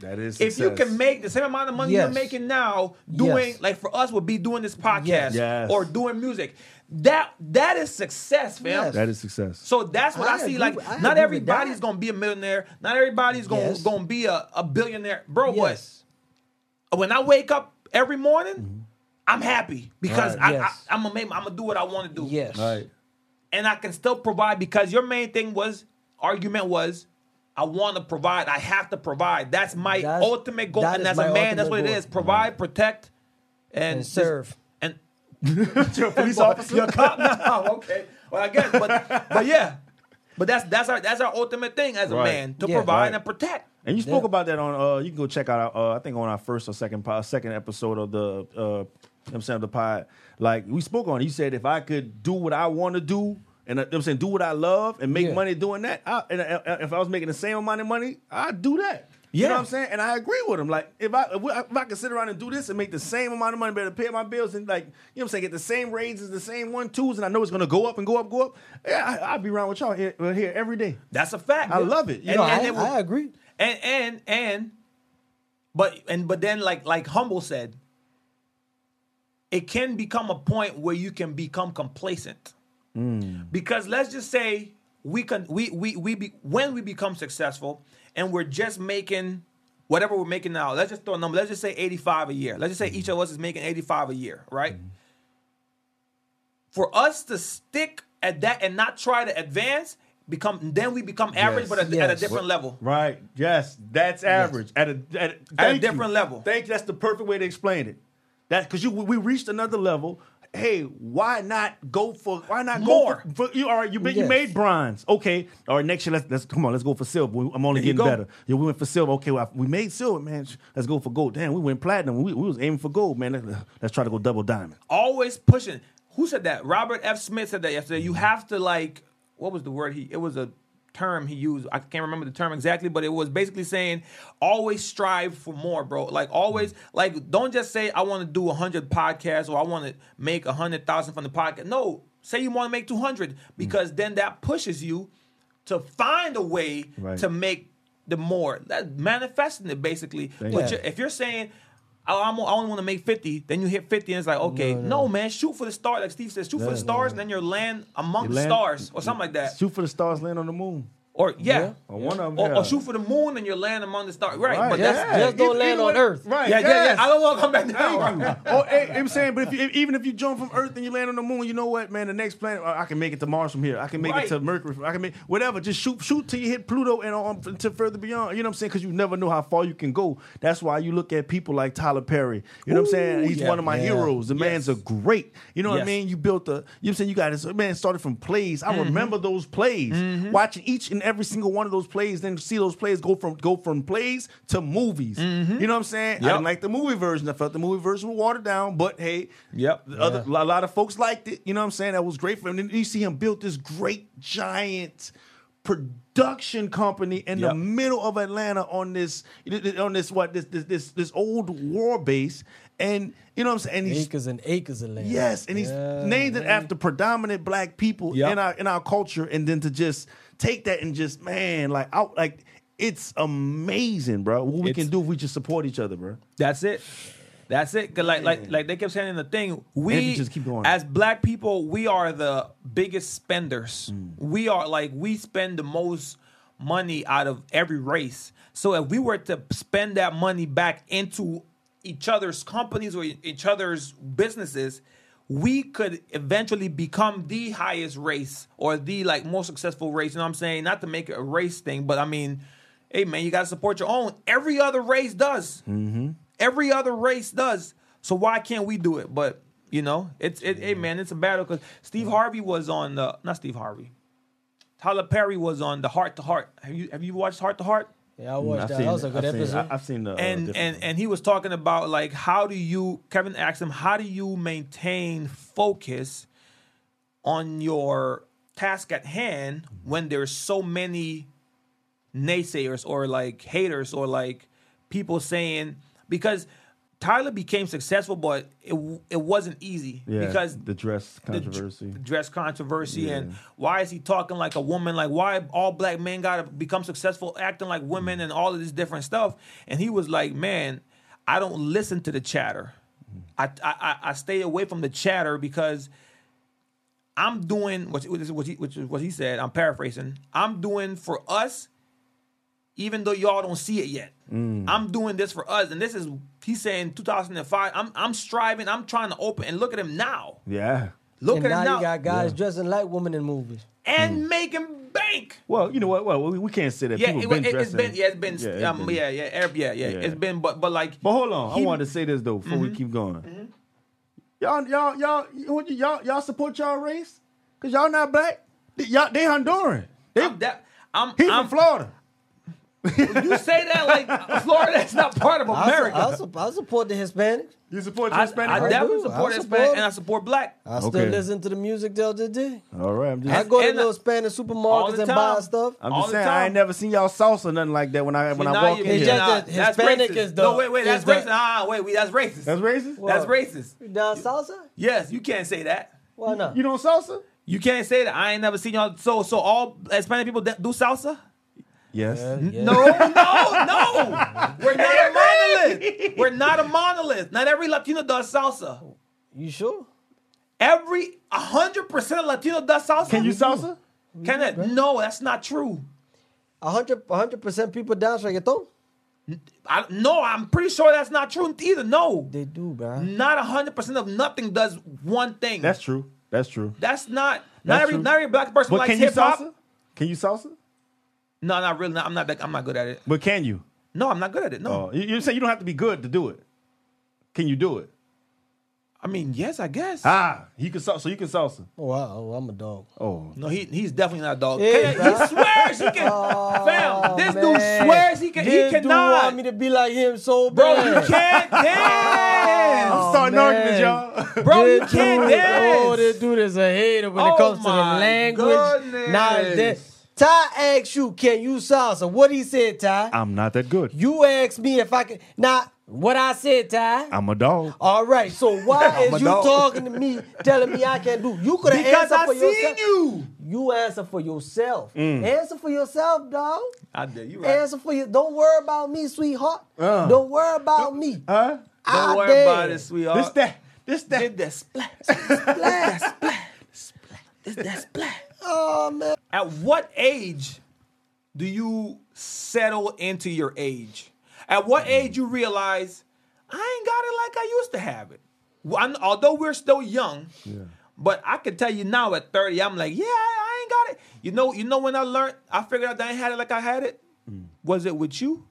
[SPEAKER 3] That is
[SPEAKER 1] If you can make the same amount of money you're
[SPEAKER 2] Yes.
[SPEAKER 1] making now, doing
[SPEAKER 2] Yes.
[SPEAKER 1] like for us would be doing this podcast
[SPEAKER 2] Yes.
[SPEAKER 3] Yes.
[SPEAKER 1] or doing music, that that is success, fam.
[SPEAKER 2] Yes.
[SPEAKER 3] that is success.
[SPEAKER 1] So that's what
[SPEAKER 2] I
[SPEAKER 1] I, see.
[SPEAKER 2] agree
[SPEAKER 1] Like,
[SPEAKER 2] with- I
[SPEAKER 1] not
[SPEAKER 2] agree with
[SPEAKER 1] everybody's
[SPEAKER 2] that.
[SPEAKER 1] gonna be a millionaire. Not everybody's gonna
[SPEAKER 2] Yes.
[SPEAKER 1] gonna be a, a billionaire, bro.
[SPEAKER 2] yes, Mm-hmm.
[SPEAKER 1] But when I wake up every morning, I'm happy because
[SPEAKER 3] Right.
[SPEAKER 1] I,
[SPEAKER 2] Yes.
[SPEAKER 1] I, I'm gonna make, I'm gonna do what I want to do.
[SPEAKER 2] yes,
[SPEAKER 3] right.
[SPEAKER 1] and I can still provide because your main thing was argument was. I want to provide. I have to provide. That's my
[SPEAKER 2] That's-
[SPEAKER 1] ultimate goal,
[SPEAKER 2] that
[SPEAKER 1] and
[SPEAKER 2] is
[SPEAKER 1] as
[SPEAKER 2] my
[SPEAKER 1] a man, that's
[SPEAKER 2] ultimate
[SPEAKER 1] what it
[SPEAKER 2] goal.
[SPEAKER 1] is: provide, protect, and,
[SPEAKER 2] And
[SPEAKER 1] just-
[SPEAKER 2] serve.
[SPEAKER 1] And
[SPEAKER 3] You're a police officer.
[SPEAKER 1] you're a cop now. Okay. Well, I guess, but but yeah, but that's that's our that's our ultimate thing as a
[SPEAKER 3] Right.
[SPEAKER 1] man to
[SPEAKER 2] Yeah.
[SPEAKER 1] provide
[SPEAKER 3] Right.
[SPEAKER 1] and protect.
[SPEAKER 3] and you spoke
[SPEAKER 2] Yeah.
[SPEAKER 3] about that on. Uh, you can go check out. Our, uh, I think on our first or second po- second episode of the. Uh, you know what I'm saying the pod. Like we spoke on. it. You said if I could do what I want to do. And uh, you know what I'm saying, do what I love and make
[SPEAKER 2] Yeah.
[SPEAKER 3] money doing that. I, and uh, uh, if I was making the same amount of money, I'd do that. You
[SPEAKER 1] Yeah.
[SPEAKER 3] know what I'm saying? And I agree with him. Like if I if I- if I could sit around and do this and make the same amount of money, better pay my bills and like you know what I'm saying, get the same raises, the same one twos, and I know it's gonna go up and go up, go up. Yeah, I, I'd be around with y'all here, here every day.
[SPEAKER 1] That's a fact.
[SPEAKER 3] I love it. You
[SPEAKER 2] No,
[SPEAKER 3] know,
[SPEAKER 2] I,
[SPEAKER 1] it will-
[SPEAKER 2] I agree.
[SPEAKER 1] and and and but and but then like like humble said it can become a point where you can become complacent because let's just say we can we we we be, when we become successful and we're just making whatever we're making now let's just throw a number let's just say 85 a year let's just say each of us is making 85 a year right for us to stick at that and not try to advance become then we become average
[SPEAKER 3] Yes.
[SPEAKER 1] but at, at a
[SPEAKER 2] Yes.
[SPEAKER 1] different level
[SPEAKER 3] Right. Yes. That's average at a at, a thank you.
[SPEAKER 1] different level.
[SPEAKER 3] Thank you. That's the perfect way to explain it. That because you we reached another level. Hey, why not go for why not go
[SPEAKER 1] More.
[SPEAKER 3] For, for- you all right? You, been, you
[SPEAKER 2] Yes.
[SPEAKER 3] made bronze. Okay. All right. Next year, let's let's come on. Let's go for silver. We- I'm only
[SPEAKER 1] There you
[SPEAKER 3] getting
[SPEAKER 1] go.
[SPEAKER 3] better. Yeah, we went for silver. Okay. Well, we made silver, man. Sh- Let's go for gold. Damn, we went platinum. We, we was aiming for gold, man. Let's, let's try to go double diamond.
[SPEAKER 1] always pushing. Who said that? Robert F. Smith said that yesterday. You have to like, what was the word he? It was a term he used. I can't remember the term exactly, but it was basically saying always strive for more, bro. Like always, like don't just say I want to do hundred podcasts or I want to make hundred thousand from the podcast. No, say you want to make two hundred because then that pushes you to find a way
[SPEAKER 3] Right.
[SPEAKER 1] to make the more that manifesting it basically.
[SPEAKER 3] you.
[SPEAKER 1] But you- if you're saying I, I'm, I only want to make 50, then you hit 50 and it's like, okay, no, man, shoot for the stars. Like Steve says, shoot for the stars and then you're land among
[SPEAKER 3] land-
[SPEAKER 1] stars or something like that.
[SPEAKER 3] Shoot for the stars, land on the moon.
[SPEAKER 1] Or, yeah.
[SPEAKER 2] Yeah.
[SPEAKER 3] Or one of them.
[SPEAKER 1] Or,
[SPEAKER 3] yeah.
[SPEAKER 1] or shoot for the moon and you're land among the stars. Right.
[SPEAKER 3] Right,
[SPEAKER 1] But
[SPEAKER 2] yeah.
[SPEAKER 1] that's.
[SPEAKER 2] just don't
[SPEAKER 3] Even-
[SPEAKER 2] land
[SPEAKER 3] even
[SPEAKER 2] on
[SPEAKER 3] when-
[SPEAKER 2] Earth.
[SPEAKER 3] Right.
[SPEAKER 1] Yeah, yeah,
[SPEAKER 3] yes.
[SPEAKER 1] yeah. I don't want to come back down.
[SPEAKER 3] Thank you. oh, hey, I'm saying, but if you, if, even if you jump from Earth and you land on the moon, you know what, man? The next planet, oh, I I can make it to Mars from here. I can make
[SPEAKER 1] Right.
[SPEAKER 3] it to Mercury. from- I can make whatever. Just shoot, shoot till you hit Pluto and on to further beyond. You know what I'm saying? Because you never know how far you can go. That's why you look at people like Tyler Perry. You know what I'm saying?
[SPEAKER 1] Ooh,
[SPEAKER 3] He's
[SPEAKER 1] yeah.
[SPEAKER 3] one of my
[SPEAKER 2] Yeah.
[SPEAKER 3] heroes. The man's a great. You know what I
[SPEAKER 1] Yes. Mm-hmm.
[SPEAKER 3] mean? You built a. You know what I'm saying? You got this man started from plays. I remember those plays. Watching each and every single one of those plays, then see those plays go from go from plays to movies.
[SPEAKER 1] Mm-hmm.
[SPEAKER 3] You know what I'm saying? I
[SPEAKER 1] Yep.
[SPEAKER 3] didn't like the movie version. I felt the movie version was watered down, but hey,
[SPEAKER 1] Yep.
[SPEAKER 3] the other, a lot of folks liked it. You know what I'm saying? That was great for him. Then you see him build this great giant production company in the
[SPEAKER 1] Yep.
[SPEAKER 3] middle of Atlanta on this on this what this this this, this old war base, and you know what I'm saying? And he's
[SPEAKER 2] Acres and acres of land.
[SPEAKER 3] Yes, and he's
[SPEAKER 2] Yeah,
[SPEAKER 3] named it
[SPEAKER 2] man.
[SPEAKER 3] after predominant black people
[SPEAKER 1] Yep.
[SPEAKER 3] in our in our culture, and then to just take that and just man, like out like it's amazing, bro. What we
[SPEAKER 1] It's-
[SPEAKER 3] can do if we just support each other, bro.
[SPEAKER 1] That's it. That's it. 'Cause like like like they kept saying in the thing, we
[SPEAKER 3] just keep going.
[SPEAKER 1] as black people, we are the biggest spenders.
[SPEAKER 3] Mm.
[SPEAKER 1] We are like we spend the most money out of every race. So if we were to spend that money back into each other's companies or each other's businesses, we could eventually become the highest race or the like most successful race. You know what I'm saying? Not to make it a race thing, but I mean, hey man, you gotta support your own. Every other race
[SPEAKER 3] Hmm.
[SPEAKER 1] does. Every other race does. So why can't we do it? But you know, it's it. Hey man, it's a battle because Steve Harvey was on the not Steve Harvey. Tyler Perry was on the Heart to Heart. Have you have you watched Heart to Heart?
[SPEAKER 2] Yeah, I watched
[SPEAKER 3] I've
[SPEAKER 2] that.
[SPEAKER 3] seen
[SPEAKER 2] That was a
[SPEAKER 3] it.
[SPEAKER 2] good
[SPEAKER 3] I've seen-
[SPEAKER 2] episode.
[SPEAKER 3] I- I've seen the uh,
[SPEAKER 1] and
[SPEAKER 3] different-
[SPEAKER 1] and and he was talking about like how do you Kevin asked him how do you maintain focus on your task at hand when there's so many naysayers or like haters or like people saying because Tyler became successful but it w- it wasn't easy
[SPEAKER 3] yeah,
[SPEAKER 1] because
[SPEAKER 3] the dress
[SPEAKER 1] the
[SPEAKER 3] controversy.
[SPEAKER 1] dr- dress controversy and
[SPEAKER 3] Yeah.
[SPEAKER 1] why is he talking like a woman like why all black men gotta become successful acting like women
[SPEAKER 3] Mm.
[SPEAKER 1] and all of this different stuff and he was like man i don't listen to the chatter
[SPEAKER 3] Mm.
[SPEAKER 1] I, I I- I stay away from the chatter because i'm doing what, what, what, he, which is what he said i'm paraphrasing i'm doing for us even though y'all don't see it yet.
[SPEAKER 3] Mm.
[SPEAKER 1] I'm doing this for us, and this is he's saying 2005. I'm I'm striving. I'm trying to open and look at him now.
[SPEAKER 3] yeah.
[SPEAKER 1] Look
[SPEAKER 2] and
[SPEAKER 1] at
[SPEAKER 2] now
[SPEAKER 1] him now
[SPEAKER 2] you got guys dressing like women in movies.
[SPEAKER 1] and making bank.
[SPEAKER 3] Well, you know what? Well, we, we can't say that.
[SPEAKER 1] Yeah,
[SPEAKER 3] People
[SPEAKER 1] it, it,
[SPEAKER 3] been
[SPEAKER 1] has
[SPEAKER 3] dressing-
[SPEAKER 1] been yeah, it's been yeah, um,
[SPEAKER 3] been-
[SPEAKER 1] yeah, yeah, Arab- yeah, yeah,
[SPEAKER 3] Yeah.
[SPEAKER 1] It's been but but like
[SPEAKER 3] But hold on,
[SPEAKER 1] He- Mm-hmm.
[SPEAKER 3] I wanted to say this though before we keep going. Y'all, y'all, y'all, y'all, y'all, y'all support y'all race because y'all not black. They- Y'all, they Honduran. They,
[SPEAKER 1] I'm that I'm
[SPEAKER 3] he
[SPEAKER 1] I'm
[SPEAKER 3] from Florida.
[SPEAKER 1] you say that like Florida is not part of
[SPEAKER 2] I su-
[SPEAKER 1] America.
[SPEAKER 2] I, su- I support the Hispanic.
[SPEAKER 3] You support your
[SPEAKER 1] I,
[SPEAKER 3] Hispanic.
[SPEAKER 1] I
[SPEAKER 3] race?
[SPEAKER 1] definitely
[SPEAKER 2] do. I
[SPEAKER 1] support
[SPEAKER 2] support
[SPEAKER 1] Hispanic
[SPEAKER 2] it.
[SPEAKER 1] and I support black.
[SPEAKER 2] I still
[SPEAKER 3] Okay.
[SPEAKER 2] listen to the music the other day.
[SPEAKER 3] All right, I'm
[SPEAKER 2] I
[SPEAKER 3] just,
[SPEAKER 2] go to
[SPEAKER 1] and, uh,
[SPEAKER 2] little Spanish
[SPEAKER 1] all
[SPEAKER 2] supermarkets
[SPEAKER 1] the
[SPEAKER 2] and
[SPEAKER 1] time.
[SPEAKER 2] buy stuff.
[SPEAKER 3] I'm
[SPEAKER 1] all
[SPEAKER 3] just
[SPEAKER 1] the
[SPEAKER 3] saying I
[SPEAKER 1] time.
[SPEAKER 3] ain't never seen y'all sauce or nothing like that when I when I
[SPEAKER 1] Now
[SPEAKER 3] walk
[SPEAKER 1] you-
[SPEAKER 3] in
[SPEAKER 2] It's
[SPEAKER 3] here.
[SPEAKER 2] just
[SPEAKER 1] nah,
[SPEAKER 2] that
[SPEAKER 1] that's
[SPEAKER 2] Hispanic
[SPEAKER 1] racist.
[SPEAKER 2] is the-
[SPEAKER 1] no wait wait
[SPEAKER 2] is
[SPEAKER 1] that's
[SPEAKER 2] the-
[SPEAKER 1] racist. Ah wait wait that's racist.
[SPEAKER 3] That's racist.
[SPEAKER 1] That's
[SPEAKER 2] What?
[SPEAKER 1] racist.
[SPEAKER 2] You down salsa?
[SPEAKER 1] Yes, you can't say that.
[SPEAKER 2] Why not?
[SPEAKER 3] You don't salsa?
[SPEAKER 1] You can't say that. I ain't never seen y'all. So, so all Hispanic people that do salsa?
[SPEAKER 3] Yes.
[SPEAKER 2] Uh, Yeah.
[SPEAKER 1] No, no, no. We're not a monolith. We're not a monolith. Not every Latino does salsa.
[SPEAKER 2] You sure?
[SPEAKER 1] Every hundred percent of Latino does salsa.
[SPEAKER 3] Can you salsa?
[SPEAKER 1] Can it? No, that's not true.
[SPEAKER 2] A hundred, a hundred percent people dance reggaeton.
[SPEAKER 1] I, no, I'm pretty sure that's not true either. No,
[SPEAKER 2] They do, man.
[SPEAKER 1] not hundred percent of nothing does one thing.
[SPEAKER 3] That's true. That's true.
[SPEAKER 1] that's not. Not
[SPEAKER 3] That's
[SPEAKER 1] every
[SPEAKER 3] true.
[SPEAKER 1] not every black person
[SPEAKER 3] But
[SPEAKER 1] likes
[SPEAKER 3] can you
[SPEAKER 1] hip hop.
[SPEAKER 3] salsa? Can you salsa?
[SPEAKER 1] No, not really. Not, I'm not. that- I'm not good at it.
[SPEAKER 3] But can you?
[SPEAKER 1] No, I'm not good at it. No.
[SPEAKER 3] Oh, you, you say you don't have to be good to do it. Can you do it?
[SPEAKER 1] I mean, yes, I guess.
[SPEAKER 3] Ah, he can salsa. So you can salsa.
[SPEAKER 2] Oh, wow, oh, I'm a dog.
[SPEAKER 3] Oh,
[SPEAKER 1] No, he he's definitely not a dog.
[SPEAKER 2] Yeah,
[SPEAKER 1] Kanye-
[SPEAKER 2] bro. Oh,
[SPEAKER 1] he swears he can. fam, this dude
[SPEAKER 2] Man,
[SPEAKER 1] swears he can.
[SPEAKER 2] This
[SPEAKER 1] he
[SPEAKER 2] Dude want
[SPEAKER 1] cannot.
[SPEAKER 2] me to Oh. be like him so
[SPEAKER 1] bro,
[SPEAKER 2] bad.
[SPEAKER 1] you can't dance.
[SPEAKER 3] I'm starting
[SPEAKER 2] Oh, man.
[SPEAKER 3] arguments, y'all.
[SPEAKER 1] bro, you
[SPEAKER 2] This
[SPEAKER 1] can't
[SPEAKER 2] dude- Oh, this
[SPEAKER 1] dance.
[SPEAKER 2] dude is a hater when
[SPEAKER 1] Oh
[SPEAKER 2] it comes to the
[SPEAKER 1] my
[SPEAKER 2] language. Nah, that,
[SPEAKER 1] goodness.
[SPEAKER 2] Ty asked you, can you salsa? What he said, Ty?
[SPEAKER 3] I'm not that good.
[SPEAKER 2] you asked me if I could. Now, what I said, Ty?
[SPEAKER 3] I'm a dog.
[SPEAKER 2] All right, so why
[SPEAKER 3] a
[SPEAKER 2] is you
[SPEAKER 3] dog.
[SPEAKER 2] talking to me, telling me I can't do? You could have
[SPEAKER 1] Because
[SPEAKER 2] answered
[SPEAKER 1] I
[SPEAKER 2] for
[SPEAKER 1] seen
[SPEAKER 2] yourself.
[SPEAKER 1] you. Mm.
[SPEAKER 2] You answer for yourself. Answer for yourself, dog.
[SPEAKER 1] I did. You
[SPEAKER 2] Answer for you. Don't worry about me, sweetheart. Don't worry about me.
[SPEAKER 3] Huh?
[SPEAKER 1] Uh. Don't
[SPEAKER 2] I
[SPEAKER 1] worry
[SPEAKER 2] dare.
[SPEAKER 1] about it,
[SPEAKER 2] uh,
[SPEAKER 1] sweetheart.
[SPEAKER 3] This that. This
[SPEAKER 1] Did
[SPEAKER 3] that.
[SPEAKER 1] that splat.
[SPEAKER 2] Oh man.
[SPEAKER 1] At what age do you settle into your age? At what age you realize I ain't got it like I used to have it? Well, I'm- although we're still young, but I can tell you now at 30, I'm like, yeah, I, I ain't got it. You know, you know when I learned, I figured out that I ain't had it like I had it.
[SPEAKER 2] Mm.
[SPEAKER 1] Was it with you?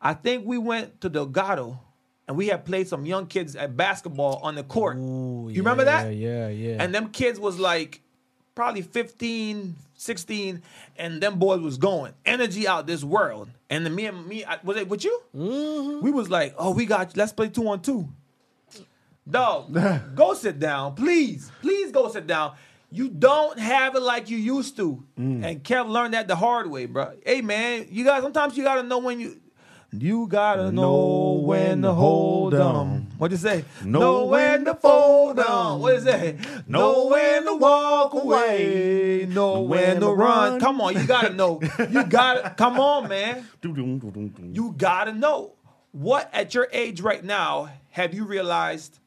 [SPEAKER 1] I think we went to Delgado and we had played some young kids at basketball on the court. you remember that?
[SPEAKER 2] Yeah, yeah.
[SPEAKER 1] And them kids was like probably 15, 16, and them boys was going. Energy out this world. And then me and me, I, was it with you? We was like, oh, we got, let's play two on two. Dog, go sit down, please. Please go sit down. You don't have it like you used to. And Kev learned that the hard way, bro. Hey, man, you guys, sometimes you gotta know when you. You gotta know when to hold on. What'd you say?
[SPEAKER 3] Know when to
[SPEAKER 1] fold
[SPEAKER 3] on.
[SPEAKER 1] What is that?
[SPEAKER 3] Know when to
[SPEAKER 1] walk
[SPEAKER 3] away.
[SPEAKER 1] Know when to run. Come on, you gotta know. You gotta come on, man.
[SPEAKER 3] You
[SPEAKER 1] You gotta know what at your age right now Have you realized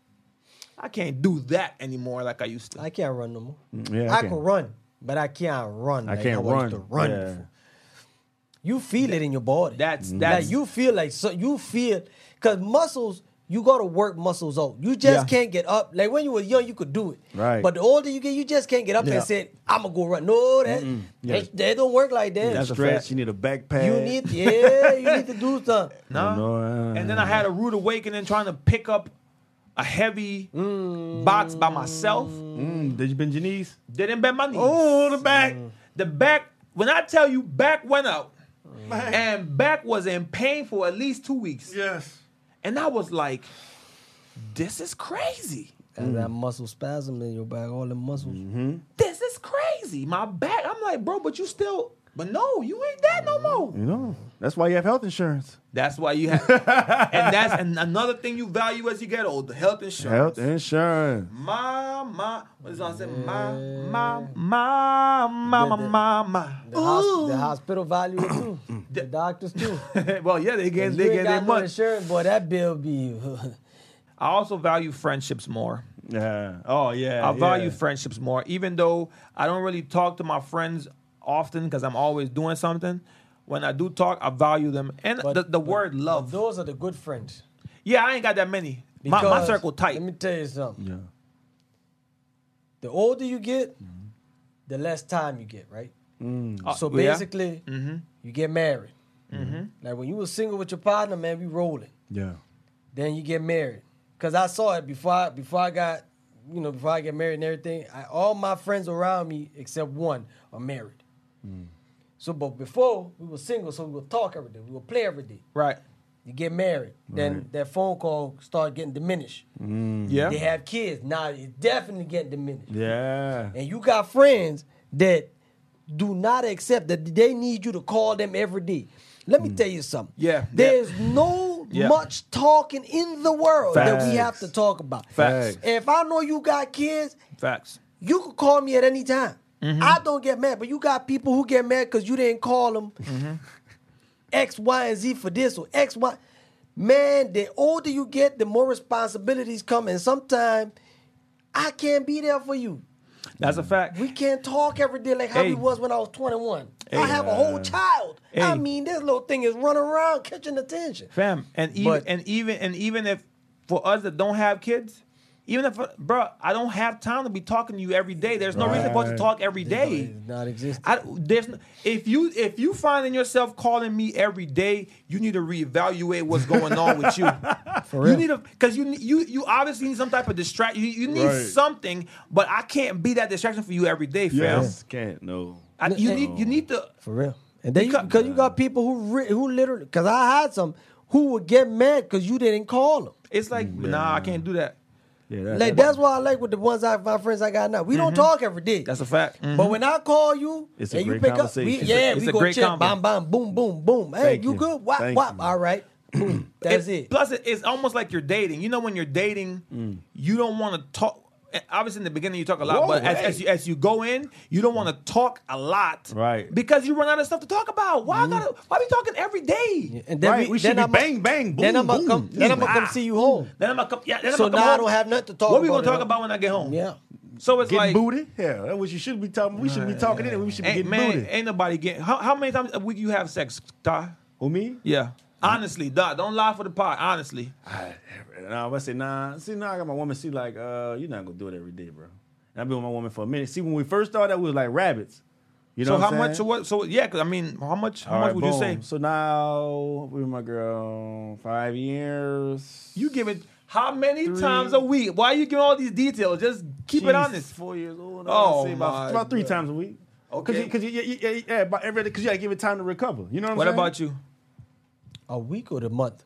[SPEAKER 1] I can't do that anymore like I used to?
[SPEAKER 2] I can't run no more.
[SPEAKER 1] Mm,
[SPEAKER 3] yeah,
[SPEAKER 2] I,
[SPEAKER 3] I can.
[SPEAKER 2] can run, but I can't run.
[SPEAKER 3] I
[SPEAKER 2] like
[SPEAKER 3] can't
[SPEAKER 2] I
[SPEAKER 3] run.
[SPEAKER 2] used to run
[SPEAKER 3] Yeah.
[SPEAKER 2] before. You feel it in your body.
[SPEAKER 1] That's-
[SPEAKER 2] Like,
[SPEAKER 1] that's-
[SPEAKER 2] you feel like so you feel because muscles. You gotta work muscles out. You just
[SPEAKER 1] Yeah.
[SPEAKER 2] can't get up. Like when you were young, you could do it.
[SPEAKER 3] Right.
[SPEAKER 2] But the older you get, you just can't get up
[SPEAKER 3] Yeah.
[SPEAKER 2] and say, "I'm gonna go run." No, that
[SPEAKER 3] Yeah.
[SPEAKER 2] that, that don't work like that.
[SPEAKER 3] That's
[SPEAKER 2] you
[SPEAKER 3] a
[SPEAKER 1] Stretch.
[SPEAKER 3] fact. You need a backpack.
[SPEAKER 2] need, yeah, you need to do something.
[SPEAKER 1] No.
[SPEAKER 3] No, uh,
[SPEAKER 1] and then I had a rude awakening trying to pick up a heavy box by myself.
[SPEAKER 3] Mm, did you bend your knees?
[SPEAKER 1] Didn't bend my knees.
[SPEAKER 3] Oh, the back.
[SPEAKER 1] The back, when I tell you back went out, and back was in pain for at least two weeks.
[SPEAKER 3] Yes.
[SPEAKER 1] And I was like, this is crazy.
[SPEAKER 2] Got That muscle spasm in your back, all the muscles.
[SPEAKER 1] Mm-hmm. This is crazy. My back. I'm like, bro, but you still, but no, you ain't that no more.
[SPEAKER 3] You know, that's why you have health insurance.
[SPEAKER 1] That's why you have, and that's and another thing you value as you get older, health insurance.
[SPEAKER 3] Health insurance.
[SPEAKER 1] My, my, what is it? I said, my, my, my, my, my, my,
[SPEAKER 2] The, hos- the hospital value it too. the doctors too.
[SPEAKER 1] Ooh. well, yeah, they get,
[SPEAKER 2] If
[SPEAKER 1] they
[SPEAKER 2] you
[SPEAKER 1] get their
[SPEAKER 2] ain't got no
[SPEAKER 1] money.
[SPEAKER 2] insurance, boy, that bill be.
[SPEAKER 1] I also value friendships more.
[SPEAKER 3] Yeah. Oh yeah.
[SPEAKER 1] I value
[SPEAKER 3] yeah.
[SPEAKER 1] friendships more, even though I don't really talk to my friends often because I'm always doing something. When I do talk, I value them, and
[SPEAKER 2] But-
[SPEAKER 1] the, the
[SPEAKER 2] but-
[SPEAKER 1] word love.
[SPEAKER 2] Those are the good friends.
[SPEAKER 1] yeah, I ain't got that many. My, my
[SPEAKER 2] Because-
[SPEAKER 1] circle tight.
[SPEAKER 2] Let me tell you something.
[SPEAKER 3] Yeah.
[SPEAKER 2] The older you get, the less time you get, right?
[SPEAKER 1] Uh,
[SPEAKER 2] So
[SPEAKER 1] yeah. Mm-hmm.
[SPEAKER 2] basically, you get married. Like when you were single with your partner, man, we rolling.
[SPEAKER 3] Yeah.
[SPEAKER 2] Then you get married. Cause I saw it before I before I got, you know, before I get married and everything. I, all my friends around me except one are married. So, but before we were single, so we would talk every day, we would play every day.
[SPEAKER 1] right?
[SPEAKER 2] You get married, then that phone call start getting diminished.
[SPEAKER 1] Yeah.
[SPEAKER 2] They have kids now; it's definitely getting diminished.
[SPEAKER 3] Yeah.
[SPEAKER 2] And you got friends that do not accept that they need you to call them every day. Let me tell you something.
[SPEAKER 1] Hmm. Yeah,
[SPEAKER 2] There's no
[SPEAKER 1] Yeah.
[SPEAKER 2] much talking in the world that we have
[SPEAKER 3] Facts.
[SPEAKER 2] to talk about.
[SPEAKER 1] Facts.
[SPEAKER 2] And if I know you got kids,
[SPEAKER 1] Facts.
[SPEAKER 2] you could call me at any time.
[SPEAKER 1] Mm-hmm.
[SPEAKER 2] I don't get mad, but you got people who get mad because you didn't call them
[SPEAKER 1] Mm-hmm.
[SPEAKER 2] X, Y, and Z for this or X, Y. Man, the older you get, the more responsibilities come, and sometimes I can't be there for you.
[SPEAKER 1] That's a fact.
[SPEAKER 2] Mm. We can't talk every day like how
[SPEAKER 1] Hey.
[SPEAKER 2] we was when I was 21. I have a whole child.
[SPEAKER 1] Hey.
[SPEAKER 2] I mean, this little thing is running around catching attention.
[SPEAKER 1] fam. And even
[SPEAKER 2] But-
[SPEAKER 1] and even and even if for us that don't have kids, even if bro, I don't have time to be talking to you every day. There's no reason for us to
[SPEAKER 3] Right.
[SPEAKER 1] talk every day.
[SPEAKER 2] not existing.
[SPEAKER 1] I, there's no, if you if you finding yourself calling me every day, you need to reevaluate what's going on with you. For
[SPEAKER 2] real.
[SPEAKER 1] You need to because you need- you you obviously need some type of distract. You, you need
[SPEAKER 3] Right.
[SPEAKER 1] something, but I can't be that distraction for you every day, fam.
[SPEAKER 3] Yes. Can't no.
[SPEAKER 1] I, you need you need to
[SPEAKER 2] For real. And then
[SPEAKER 1] Because-
[SPEAKER 2] because you, got people who re, who literally because I had some who would get mad because you didn't call them.
[SPEAKER 1] It's like nah, I can't do that.
[SPEAKER 3] Yeah. That,
[SPEAKER 2] Like that's why I like with the ones I my friends I got now. We don't talk every day.
[SPEAKER 1] That's a fact. Mhm.
[SPEAKER 2] But when I call you,
[SPEAKER 3] Mm-hmm. It's a
[SPEAKER 2] and you
[SPEAKER 3] great
[SPEAKER 2] pick up,
[SPEAKER 3] conversation.
[SPEAKER 2] we,
[SPEAKER 3] It's a-
[SPEAKER 2] yeah,
[SPEAKER 1] it's
[SPEAKER 2] we
[SPEAKER 1] a
[SPEAKER 2] go
[SPEAKER 1] great
[SPEAKER 2] check,
[SPEAKER 1] combo.
[SPEAKER 2] bam, bam, boom, boom, boom. Hey,
[SPEAKER 3] Thank
[SPEAKER 2] you,
[SPEAKER 3] you.
[SPEAKER 2] good? Whop,
[SPEAKER 3] Thank
[SPEAKER 2] whop.
[SPEAKER 3] you.
[SPEAKER 2] All right, boom. That's
[SPEAKER 1] It-
[SPEAKER 2] it.
[SPEAKER 1] Plus, it- it's almost like you're dating. You know, when you're dating, you don't want to talk. eh, Obviously, in the beginning, you talk a lot,
[SPEAKER 3] Whoa,
[SPEAKER 1] but as,
[SPEAKER 3] hey.
[SPEAKER 1] as you as you go in, you don't want to talk a lot,
[SPEAKER 3] Right.
[SPEAKER 1] Because you run out of stuff to talk about. Why I gotta? Why we talking every day?
[SPEAKER 2] And
[SPEAKER 3] Right, we should be
[SPEAKER 2] I'ma-
[SPEAKER 3] bang, bang,
[SPEAKER 2] Then
[SPEAKER 3] boom,
[SPEAKER 2] I'm gonna
[SPEAKER 3] boom.
[SPEAKER 2] come. Then I'm gonna come
[SPEAKER 1] Ah.
[SPEAKER 2] see you home.
[SPEAKER 1] Then I'm gonna come. Yeah, then
[SPEAKER 2] So
[SPEAKER 1] I'm gonna
[SPEAKER 2] now I
[SPEAKER 1] come home.
[SPEAKER 2] don't have nothing to talk
[SPEAKER 1] What we
[SPEAKER 2] about
[SPEAKER 1] gonna talk
[SPEAKER 2] at all.
[SPEAKER 1] about when I get home?
[SPEAKER 2] Yeah.
[SPEAKER 1] So it's like
[SPEAKER 3] getting booted. Yeah. That's what you should be talking. We should be talking in it. We should be
[SPEAKER 1] Ain't,
[SPEAKER 3] getting
[SPEAKER 1] man,
[SPEAKER 3] booted.
[SPEAKER 1] ain't nobody getting. How, how many times a week you have sex, Ty?
[SPEAKER 3] Who me?
[SPEAKER 1] Yeah. Honestly, Doc, don't lie for the pod. Honestly,
[SPEAKER 3] I, nah, I say nah. See, nah, I got my woman. She like, uh, you're not gonna do it every day, bro. And I've been with my woman for a minute. See, when we first started, we was like rabbits. You know
[SPEAKER 1] so
[SPEAKER 3] what
[SPEAKER 1] how
[SPEAKER 3] I'm
[SPEAKER 1] much?
[SPEAKER 3] saying?
[SPEAKER 1] What? So yeah, because I mean, how much? How
[SPEAKER 3] All
[SPEAKER 1] much
[SPEAKER 3] right,
[SPEAKER 1] would you
[SPEAKER 3] boom.
[SPEAKER 1] say?
[SPEAKER 3] So now we with my girl five years.
[SPEAKER 1] You give it how many
[SPEAKER 3] Three.
[SPEAKER 1] times a week? Why are you giving all these details? Just keep
[SPEAKER 3] She's
[SPEAKER 1] it honest.
[SPEAKER 3] Four years old.
[SPEAKER 1] Oh,
[SPEAKER 3] Oh, say
[SPEAKER 1] my
[SPEAKER 3] about, about three
[SPEAKER 1] God.
[SPEAKER 3] times a week.
[SPEAKER 1] Okay.
[SPEAKER 3] Because you, you, yeah, yeah, yeah, about every because you gotta give it time to recover. You know what I'm
[SPEAKER 1] What
[SPEAKER 3] saying?
[SPEAKER 1] about you?
[SPEAKER 2] A week or the month?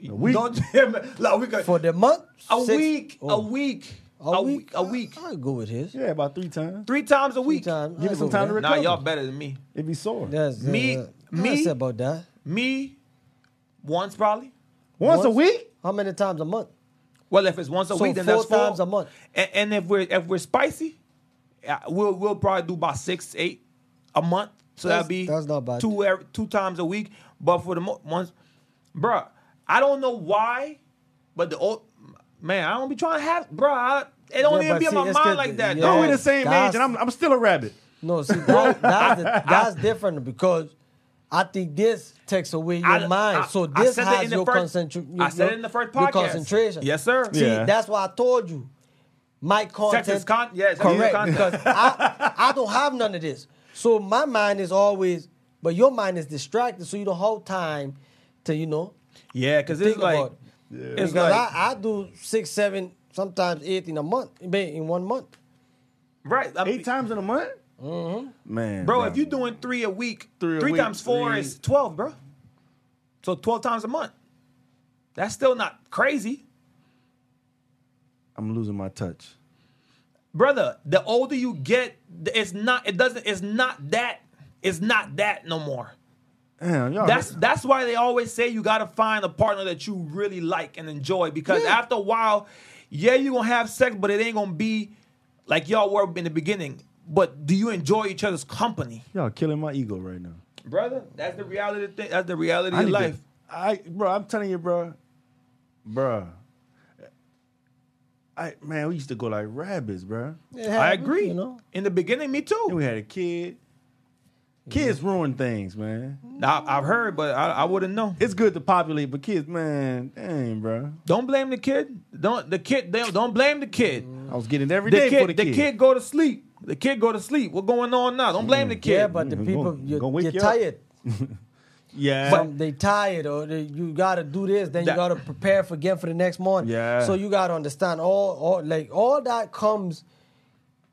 [SPEAKER 3] week.
[SPEAKER 1] Don't like we got
[SPEAKER 2] For the month?
[SPEAKER 1] a
[SPEAKER 2] Six-
[SPEAKER 1] week,
[SPEAKER 2] oh,
[SPEAKER 1] a week, a week, a week,
[SPEAKER 2] I, I'll go with his.
[SPEAKER 3] Yeah, about three times.
[SPEAKER 1] three times a
[SPEAKER 2] Three
[SPEAKER 1] week.
[SPEAKER 2] times.
[SPEAKER 3] Give
[SPEAKER 2] I'll
[SPEAKER 3] it some
[SPEAKER 2] go
[SPEAKER 3] time
[SPEAKER 2] with
[SPEAKER 3] to
[SPEAKER 2] that.
[SPEAKER 1] Nah, y'all better than me.
[SPEAKER 3] It be sore.
[SPEAKER 2] That's,
[SPEAKER 1] Me-
[SPEAKER 2] that's-
[SPEAKER 1] me-
[SPEAKER 2] I said about that.
[SPEAKER 1] Me, once probably.
[SPEAKER 3] Once, a
[SPEAKER 2] Once-
[SPEAKER 3] week.
[SPEAKER 2] How many times a month?
[SPEAKER 1] Well, if it's once a
[SPEAKER 2] So
[SPEAKER 1] week, then
[SPEAKER 2] four
[SPEAKER 1] that's four
[SPEAKER 2] times a month.
[SPEAKER 1] And, and if we're if we're spicy, uh, we'll we'll probably do about six, eight a month. So
[SPEAKER 2] That's-
[SPEAKER 1] that'd be
[SPEAKER 2] that's not bad.
[SPEAKER 1] Two every, two times a week, but for the mo- once, bruh, I don't know why, but the old man, I don't be trying to have, bro. I, it don't
[SPEAKER 2] Yeah,
[SPEAKER 1] even
[SPEAKER 2] but
[SPEAKER 1] be on
[SPEAKER 2] see,
[SPEAKER 1] my
[SPEAKER 2] it's
[SPEAKER 1] mind
[SPEAKER 2] good-
[SPEAKER 1] like that.
[SPEAKER 2] yeah.
[SPEAKER 1] dog.
[SPEAKER 3] No, we the same
[SPEAKER 2] That's-
[SPEAKER 3] age, and I'm, I'm still a rabbit.
[SPEAKER 2] No, see, that, that's, the, that's different because I think this takes away your
[SPEAKER 1] I-
[SPEAKER 2] mind.
[SPEAKER 1] I-
[SPEAKER 2] so
[SPEAKER 1] I
[SPEAKER 2] this
[SPEAKER 1] said it in
[SPEAKER 2] has
[SPEAKER 1] the
[SPEAKER 2] your
[SPEAKER 1] first-
[SPEAKER 2] concentration.
[SPEAKER 1] I said it in the first
[SPEAKER 2] Your
[SPEAKER 1] podcast.
[SPEAKER 2] concentration.
[SPEAKER 1] Yes, sir.
[SPEAKER 2] See,
[SPEAKER 3] Yeah.
[SPEAKER 2] that's why I told you my content.
[SPEAKER 1] Texas con- yeah, Texas
[SPEAKER 2] correct.
[SPEAKER 1] content.
[SPEAKER 2] Because I, I don't have none of this. So my mind is always, but your mind is distracted, so you don't have time to, you know,
[SPEAKER 1] Yeah, because
[SPEAKER 2] think
[SPEAKER 1] it's like,
[SPEAKER 2] about it.
[SPEAKER 1] it's
[SPEAKER 2] because
[SPEAKER 1] like,
[SPEAKER 2] I, I do six, seven, sometimes eight in a month, in one month.
[SPEAKER 1] right. I mean,
[SPEAKER 3] Eight times in a month, man,
[SPEAKER 1] Mm-hmm. Bro, if you're doing three a week,
[SPEAKER 3] Three
[SPEAKER 1] three,
[SPEAKER 3] a week,
[SPEAKER 1] times four
[SPEAKER 3] three-
[SPEAKER 1] is 12, bro. So 12 times a month. That's still not crazy.
[SPEAKER 3] I'm losing my touch.
[SPEAKER 1] Brother, the older you get, th- it's not it doesn't it's not that it's not that no more.
[SPEAKER 3] Damn, y'all.
[SPEAKER 1] That's that's why they always say you gotta find a partner that you really like and enjoy because after a while, yeah, you're gonna have sex, but it ain't gonna be like y'all were in the beginning. But do you enjoy each other's company?
[SPEAKER 3] y'all killing my ego right now.
[SPEAKER 1] Brother, that's the reality thing. That's the reality
[SPEAKER 3] I
[SPEAKER 1] of
[SPEAKER 3] need to-
[SPEAKER 1] life.
[SPEAKER 3] I bro, I'm telling you, bro, bro. I man, we used to go like rabbits, bro.
[SPEAKER 2] It
[SPEAKER 1] I
[SPEAKER 2] happens,
[SPEAKER 1] agree.
[SPEAKER 2] You know,
[SPEAKER 1] In the beginning, me
[SPEAKER 3] Then
[SPEAKER 1] too.
[SPEAKER 3] we had a kid.
[SPEAKER 1] Mm-hmm.
[SPEAKER 3] Kids ruin things, man.
[SPEAKER 1] I, I've heard, but I, I wouldn't know.
[SPEAKER 3] It's good to populate, but kids, man, dang, bro.
[SPEAKER 1] Don't blame the kid. Don't the kid. They, don't blame the kid.
[SPEAKER 3] I was getting it every
[SPEAKER 1] The
[SPEAKER 3] day
[SPEAKER 1] kid.
[SPEAKER 3] for the
[SPEAKER 1] the
[SPEAKER 3] kid.
[SPEAKER 1] kid go to sleep. The kid go to sleep. What's going on now? Don't blame the kid.
[SPEAKER 2] yeah, but the
[SPEAKER 3] Mm,
[SPEAKER 2] people,
[SPEAKER 3] gonna-
[SPEAKER 2] you're,
[SPEAKER 3] gonna wake
[SPEAKER 2] you're
[SPEAKER 3] you up.
[SPEAKER 2] tired.
[SPEAKER 3] Yeah,
[SPEAKER 2] Some, they tired or they, you gotta do this, then
[SPEAKER 1] That-
[SPEAKER 2] you gotta prepare for again for the next morning.
[SPEAKER 3] Yeah.
[SPEAKER 2] So you gotta understand all, all like all that comes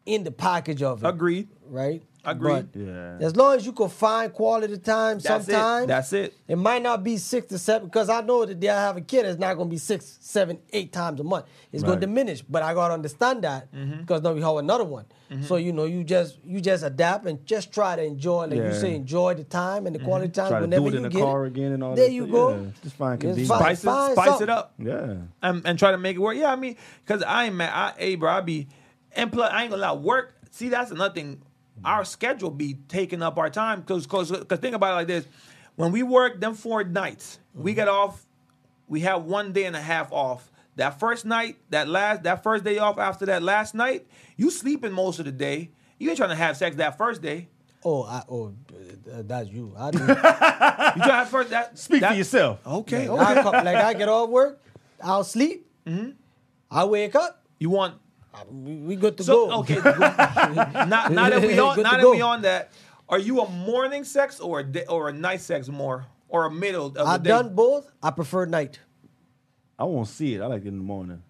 [SPEAKER 2] in the package of it.
[SPEAKER 1] agreed.
[SPEAKER 2] Right?
[SPEAKER 1] Agreed.
[SPEAKER 2] But
[SPEAKER 3] Yeah.
[SPEAKER 2] As long as you can find quality time
[SPEAKER 1] That's
[SPEAKER 2] sometimes.
[SPEAKER 1] it. That's it.
[SPEAKER 2] It might not be six to seven because I know that day I have a kid, it's not going to be six, seven, eight times a month. It's going
[SPEAKER 3] Right.
[SPEAKER 2] to diminish, but I got to understand that
[SPEAKER 1] Mm-hmm.
[SPEAKER 2] because now we have another one. So you know, you just you just adapt and just try to enjoy, like you
[SPEAKER 3] Yeah.
[SPEAKER 2] say, enjoy the time and the
[SPEAKER 1] Mm-hmm.
[SPEAKER 2] quality time
[SPEAKER 3] try to
[SPEAKER 2] whenever
[SPEAKER 3] do it
[SPEAKER 2] you
[SPEAKER 3] in the
[SPEAKER 2] get
[SPEAKER 3] car
[SPEAKER 2] it.
[SPEAKER 3] again and all
[SPEAKER 2] There
[SPEAKER 3] that.
[SPEAKER 2] you
[SPEAKER 3] stuff.
[SPEAKER 2] go.
[SPEAKER 3] Yeah, just find
[SPEAKER 2] It's
[SPEAKER 3] convenience.
[SPEAKER 2] fine.
[SPEAKER 1] Spice it.
[SPEAKER 2] find
[SPEAKER 1] Spice it
[SPEAKER 2] something.
[SPEAKER 1] up.
[SPEAKER 3] Yeah,
[SPEAKER 1] and, and try to make it work. Yeah, I mean, cause I ain't man, I hey bro, I be and plus I ain't gonna lie, work. See, that's another thing. Our schedule be taking up our time because cause, 'cause think about it like this: when we work them four nights,
[SPEAKER 3] Mm-hmm.
[SPEAKER 1] we get off. We have one day and a half off. That first night, that last, that first day off after that last night, you sleeping most of the day. You ain't trying to have sex that first day.
[SPEAKER 2] Oh, I, oh, uh, that's you. I do.
[SPEAKER 1] You trying to have first that
[SPEAKER 3] speak
[SPEAKER 1] that, Oh.
[SPEAKER 3] for yourself.
[SPEAKER 1] Okay,
[SPEAKER 2] like, I
[SPEAKER 1] okay.
[SPEAKER 2] come, like I get off work, I'll sleep,
[SPEAKER 1] Mm-hmm.
[SPEAKER 2] I wake up,
[SPEAKER 1] You want
[SPEAKER 2] I- we, we good to
[SPEAKER 1] So
[SPEAKER 2] go.
[SPEAKER 1] okay, now, now that we on
[SPEAKER 2] Good
[SPEAKER 1] now
[SPEAKER 2] to
[SPEAKER 1] that
[SPEAKER 2] go.
[SPEAKER 1] we on that, are you a morning sex or a day, or a night sex more or a middle of the
[SPEAKER 2] I've
[SPEAKER 1] day?
[SPEAKER 2] done both. I prefer night.
[SPEAKER 3] I won't see it. I like it in the morning.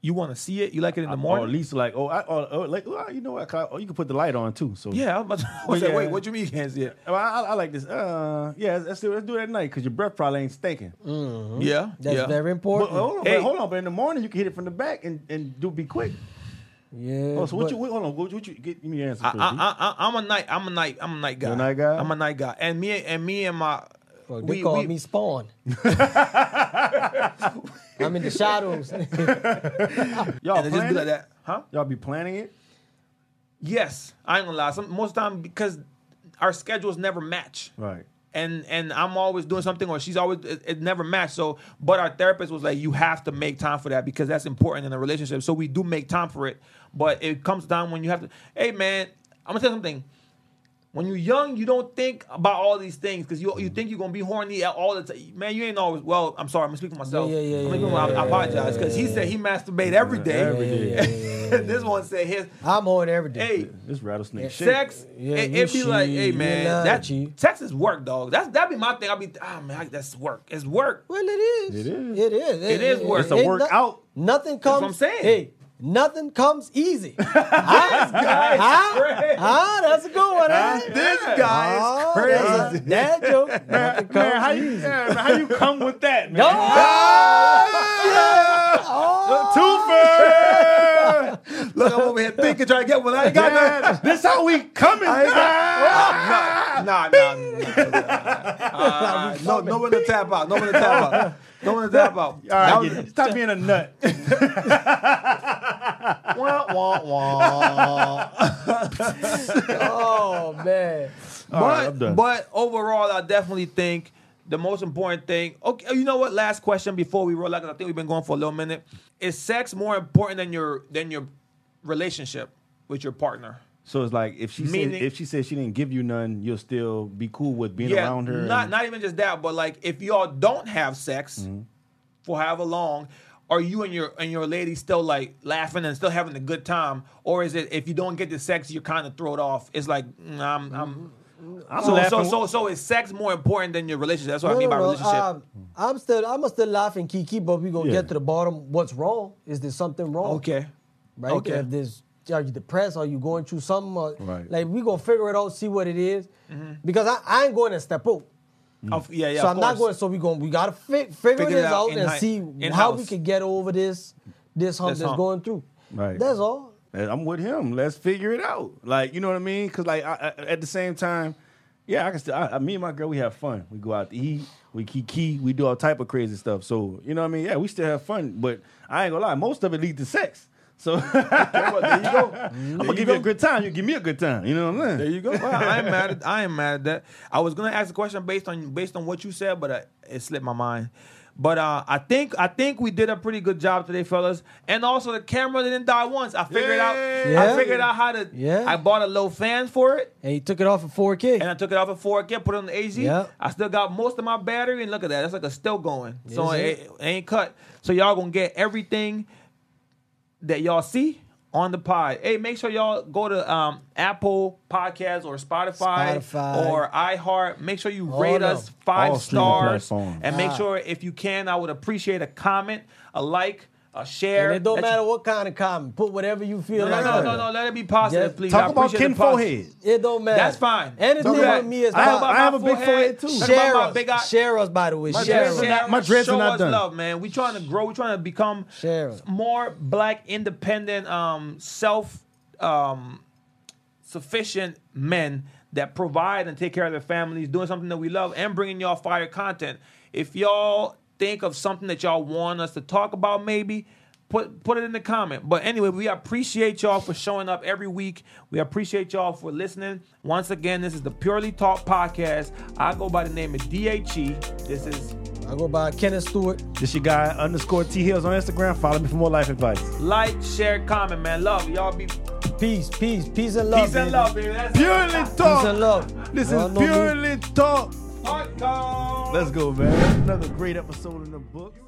[SPEAKER 1] You want to see it? You like it in the
[SPEAKER 3] Or at
[SPEAKER 1] morning?
[SPEAKER 3] least like, oh, I, or, or like, well, you know what? Kyle, Or you can put the light on too. So
[SPEAKER 1] yeah, I was about to I was like,
[SPEAKER 3] Yeah.
[SPEAKER 1] wait, what you mean you can't see it?
[SPEAKER 3] I, I, I like this. Uh, yeah, let's, let's do, let's do it at night because your breath probably ain't stinking.
[SPEAKER 1] Yeah,
[SPEAKER 2] Uh-huh. That's
[SPEAKER 1] yeah. oh.
[SPEAKER 2] very
[SPEAKER 3] But
[SPEAKER 2] important.
[SPEAKER 3] hold on,
[SPEAKER 1] Mm-hmm. Hey.
[SPEAKER 3] but hold on. But in the morning, you can hit it from the back and, and do be quick.
[SPEAKER 2] yeah.
[SPEAKER 3] Oh, so what
[SPEAKER 2] but-
[SPEAKER 3] you what, hold on? What, what you get me your answer?
[SPEAKER 1] I,
[SPEAKER 3] first, B.
[SPEAKER 1] I, I, I'm a night. I'm a night. I'm a night guy.
[SPEAKER 3] Mm-hmm. a night guy?
[SPEAKER 1] I'm a night guy. And me and me and my
[SPEAKER 2] Well, they call me Spawn. I'm in the shadows.
[SPEAKER 3] y'all
[SPEAKER 1] and it
[SPEAKER 3] planning
[SPEAKER 1] just be like that, huh?
[SPEAKER 3] Y'all be planning it?
[SPEAKER 1] Yes, I ain't gonna lie. Some, most time because our schedules never match.
[SPEAKER 3] Right.
[SPEAKER 1] and and I'm always doing something, or she's always it, it never matched. So, but our therapist was like, you have to make time for that because that's important in a relationship. So we do make time for it, but it comes down when you have to. Hey man, I'm gonna tell you something. When you're young, you don't think about all these things because you you think you're gonna be horny at all the time. Man, you ain't always. Well, I'm sorry, I'm speaking for myself.
[SPEAKER 2] Yeah, yeah, yeah,
[SPEAKER 1] I'm
[SPEAKER 2] yeah,
[SPEAKER 1] speaking for- I, I apologize because he said he masturbate every day.
[SPEAKER 3] Every day.
[SPEAKER 1] this one said his.
[SPEAKER 2] I'm on every day.
[SPEAKER 1] Hey,
[SPEAKER 3] This rattlesnake shit.
[SPEAKER 1] sex,
[SPEAKER 2] Yeah,
[SPEAKER 1] it,
[SPEAKER 2] you
[SPEAKER 1] it be like, hey
[SPEAKER 2] cheat,
[SPEAKER 1] man,
[SPEAKER 2] you lying,
[SPEAKER 1] that
[SPEAKER 2] cheat.
[SPEAKER 1] sex is work, dog. That's that be my thing. I be ah man, I, that's work. It's work.
[SPEAKER 2] Well, it is.
[SPEAKER 3] It is.
[SPEAKER 2] It is.
[SPEAKER 1] It is work. It's a
[SPEAKER 2] ain't
[SPEAKER 3] workout.
[SPEAKER 2] Nothing comes.
[SPEAKER 1] what I'm saying.
[SPEAKER 2] Hey, nothing comes easy. huh? Huh?
[SPEAKER 1] great.
[SPEAKER 2] Huh? Ah, That's a good one. Huh?
[SPEAKER 1] This
[SPEAKER 3] guy is
[SPEAKER 2] Oh, that's a- That joke. Nothing
[SPEAKER 3] Man,
[SPEAKER 2] comes
[SPEAKER 3] man, how you
[SPEAKER 2] easy.
[SPEAKER 3] yeah, man, how you come with that, man?
[SPEAKER 2] No!
[SPEAKER 1] Oh!
[SPEAKER 3] Twofer!
[SPEAKER 1] Look, I'm over here thinking, trying to get one. I ain't got none.
[SPEAKER 3] Yeah, this how we coming.
[SPEAKER 1] Nah, nah, nah, nah, nah. Uh, no, no one to tap out. No one to tap out. No one to tap out.
[SPEAKER 3] All right, stop being a nut.
[SPEAKER 1] Wah, wah, wah.
[SPEAKER 2] Oh man.
[SPEAKER 1] but,
[SPEAKER 2] Oh,
[SPEAKER 3] I'm done.
[SPEAKER 1] but overall, I definitely think the most important thing. Okay, you know what? Last question before we roll out, 'cause I think we've been going for a little minute. Is sex more important than your than your relationship with your partner?
[SPEAKER 3] So it's like if she
[SPEAKER 1] Meaning-
[SPEAKER 3] said, if she said she didn't give you none, you'll still be cool with being around her.
[SPEAKER 1] Not
[SPEAKER 3] and- Mm-hmm.
[SPEAKER 1] not even just that, but like if y'all don't have sex for however long, are you and your and your lady still like laughing and still having a good time, or is it if you don't get the sex, you're kind of thrown off? It's like mm, I'm. I'm Oh,
[SPEAKER 3] I'm
[SPEAKER 1] so, so
[SPEAKER 3] laughing-
[SPEAKER 1] so so is sex more important than your relationship? That's what I mean by relationship.
[SPEAKER 2] um, I'm still I'm still laughing, Kiki, but we gonna
[SPEAKER 3] Yeah.
[SPEAKER 2] get to the bottom. What's wrong? Is there something wrong?
[SPEAKER 1] okay.
[SPEAKER 2] right?
[SPEAKER 1] Okay.
[SPEAKER 2] If there's are you depressed? Are you going through something? Or,
[SPEAKER 3] Right.
[SPEAKER 2] Like we gonna figure it out, see what it is. because I, I ain't going to step out.
[SPEAKER 3] Mm.
[SPEAKER 1] Of- yeah, Mm-hmm. yeah.
[SPEAKER 2] so
[SPEAKER 1] of
[SPEAKER 2] I'm not
[SPEAKER 1] course.
[SPEAKER 2] going. So we going. We gotta fi- figure,
[SPEAKER 1] Figure it
[SPEAKER 2] this
[SPEAKER 1] out
[SPEAKER 2] out,
[SPEAKER 1] in
[SPEAKER 2] and
[SPEAKER 1] hi-
[SPEAKER 2] see
[SPEAKER 1] in
[SPEAKER 2] how we
[SPEAKER 1] house.
[SPEAKER 2] can get over this this hump
[SPEAKER 1] This
[SPEAKER 2] that's
[SPEAKER 1] hump.
[SPEAKER 2] going through.
[SPEAKER 3] Right.
[SPEAKER 2] That's all.
[SPEAKER 3] And Eh, I'm with him. Let's figure it out. Like you know what I mean? Because like I, I, at the same time, yeah, I can still. I, I- me and my girl, we have fun. We go out to eat. We kiki. We do all type of crazy stuff. So you know what I mean? Yeah, we still have fun. But I ain't gonna lie, most of it leads to sex. So
[SPEAKER 1] there you
[SPEAKER 3] Mm.
[SPEAKER 1] go.
[SPEAKER 3] I'm gonna give you a good time. You give me a good time. You know what I'm
[SPEAKER 1] There
[SPEAKER 3] saying?
[SPEAKER 1] you go. Well, I am mad. At, I am mad at that. I was gonna ask a question based on based on what you said, but uh, it slipped my mind. But uh, I think I think we did a pretty good job today, fellas. And also the camera didn't die once. I figured out. I
[SPEAKER 2] Yeah.
[SPEAKER 1] figured out how to.
[SPEAKER 2] Yeah.
[SPEAKER 1] I bought a low fan for it,
[SPEAKER 2] And he took it off at 4K.
[SPEAKER 1] and I took it off at 4K, put it on the AZ.
[SPEAKER 2] Yeah.
[SPEAKER 1] I still got most of my battery, and look at that. That's like a still going. So
[SPEAKER 2] Is
[SPEAKER 1] it,
[SPEAKER 2] it?
[SPEAKER 1] it ain't cut. So y'all gonna get everything that y'all see on the pod. Hey, make sure y'all go to um, Apple Podcasts or Spotify,
[SPEAKER 2] Spotify.
[SPEAKER 1] or iHeart. Make sure you
[SPEAKER 2] All
[SPEAKER 1] rate
[SPEAKER 2] of
[SPEAKER 1] us
[SPEAKER 2] them.
[SPEAKER 1] five
[SPEAKER 3] All streaming
[SPEAKER 1] stars,
[SPEAKER 3] platforms.
[SPEAKER 1] and make
[SPEAKER 2] Ah.
[SPEAKER 1] sure if you can, I would appreciate a comment, a like, a share.
[SPEAKER 2] and it don't
[SPEAKER 1] Let you-
[SPEAKER 2] matter what kind of comment. Put whatever you feel
[SPEAKER 1] No,
[SPEAKER 2] like.
[SPEAKER 1] no, no,
[SPEAKER 2] on
[SPEAKER 1] no,
[SPEAKER 2] it.
[SPEAKER 1] no. Let it be positive,
[SPEAKER 2] Yeah.
[SPEAKER 1] please. I
[SPEAKER 3] Talk about
[SPEAKER 1] appreciate
[SPEAKER 3] Ken
[SPEAKER 1] the posi-
[SPEAKER 3] Forehead.
[SPEAKER 2] It don't matter.
[SPEAKER 1] That's fine.
[SPEAKER 2] Anything
[SPEAKER 1] Talk about-
[SPEAKER 2] with me is
[SPEAKER 1] Talk
[SPEAKER 3] I have,
[SPEAKER 2] fine.
[SPEAKER 1] about
[SPEAKER 3] I
[SPEAKER 1] my
[SPEAKER 3] have a big
[SPEAKER 1] forehead.
[SPEAKER 3] forehead too.
[SPEAKER 1] Talk about
[SPEAKER 2] Share
[SPEAKER 1] my
[SPEAKER 2] us.
[SPEAKER 1] big eye-
[SPEAKER 2] Share us, by the way.
[SPEAKER 3] My
[SPEAKER 2] Share
[SPEAKER 3] dreads
[SPEAKER 2] us.
[SPEAKER 3] are
[SPEAKER 1] Share
[SPEAKER 3] not- my
[SPEAKER 1] us,
[SPEAKER 3] dreads
[SPEAKER 1] show
[SPEAKER 3] are not
[SPEAKER 1] us
[SPEAKER 3] done.
[SPEAKER 1] love, man. We trying to grow. We trying to become
[SPEAKER 2] Share us.
[SPEAKER 1] more black independent, um, self um, sufficient men that provide and take care of their families, doing something that we love, and bringing y'all fire content. If y'all think of something that y'all want us to talk about, maybe. Put, put it in the comment. But anyway, we appreciate y'all for showing up every week. We appreciate y'all for listening. Once again, this is the Purely Talk Podcast. I go by the name of DHE. This is
[SPEAKER 2] I go by Kenneth Stewart.
[SPEAKER 3] This your guy underscore T Hills on Instagram. Follow me for more life advice.
[SPEAKER 1] like, share, comment, man. Love y'all. Be peace
[SPEAKER 2] Peace, peace, peace and love.
[SPEAKER 1] and
[SPEAKER 2] baby.
[SPEAKER 1] love, baby. That's
[SPEAKER 3] Purely
[SPEAKER 1] it.
[SPEAKER 3] talk.
[SPEAKER 2] Peace and love.
[SPEAKER 3] This
[SPEAKER 2] Y'all
[SPEAKER 3] is
[SPEAKER 2] know me.
[SPEAKER 3] purely talk.
[SPEAKER 1] Podcast.
[SPEAKER 3] Let's go, man. Another great episode in the books.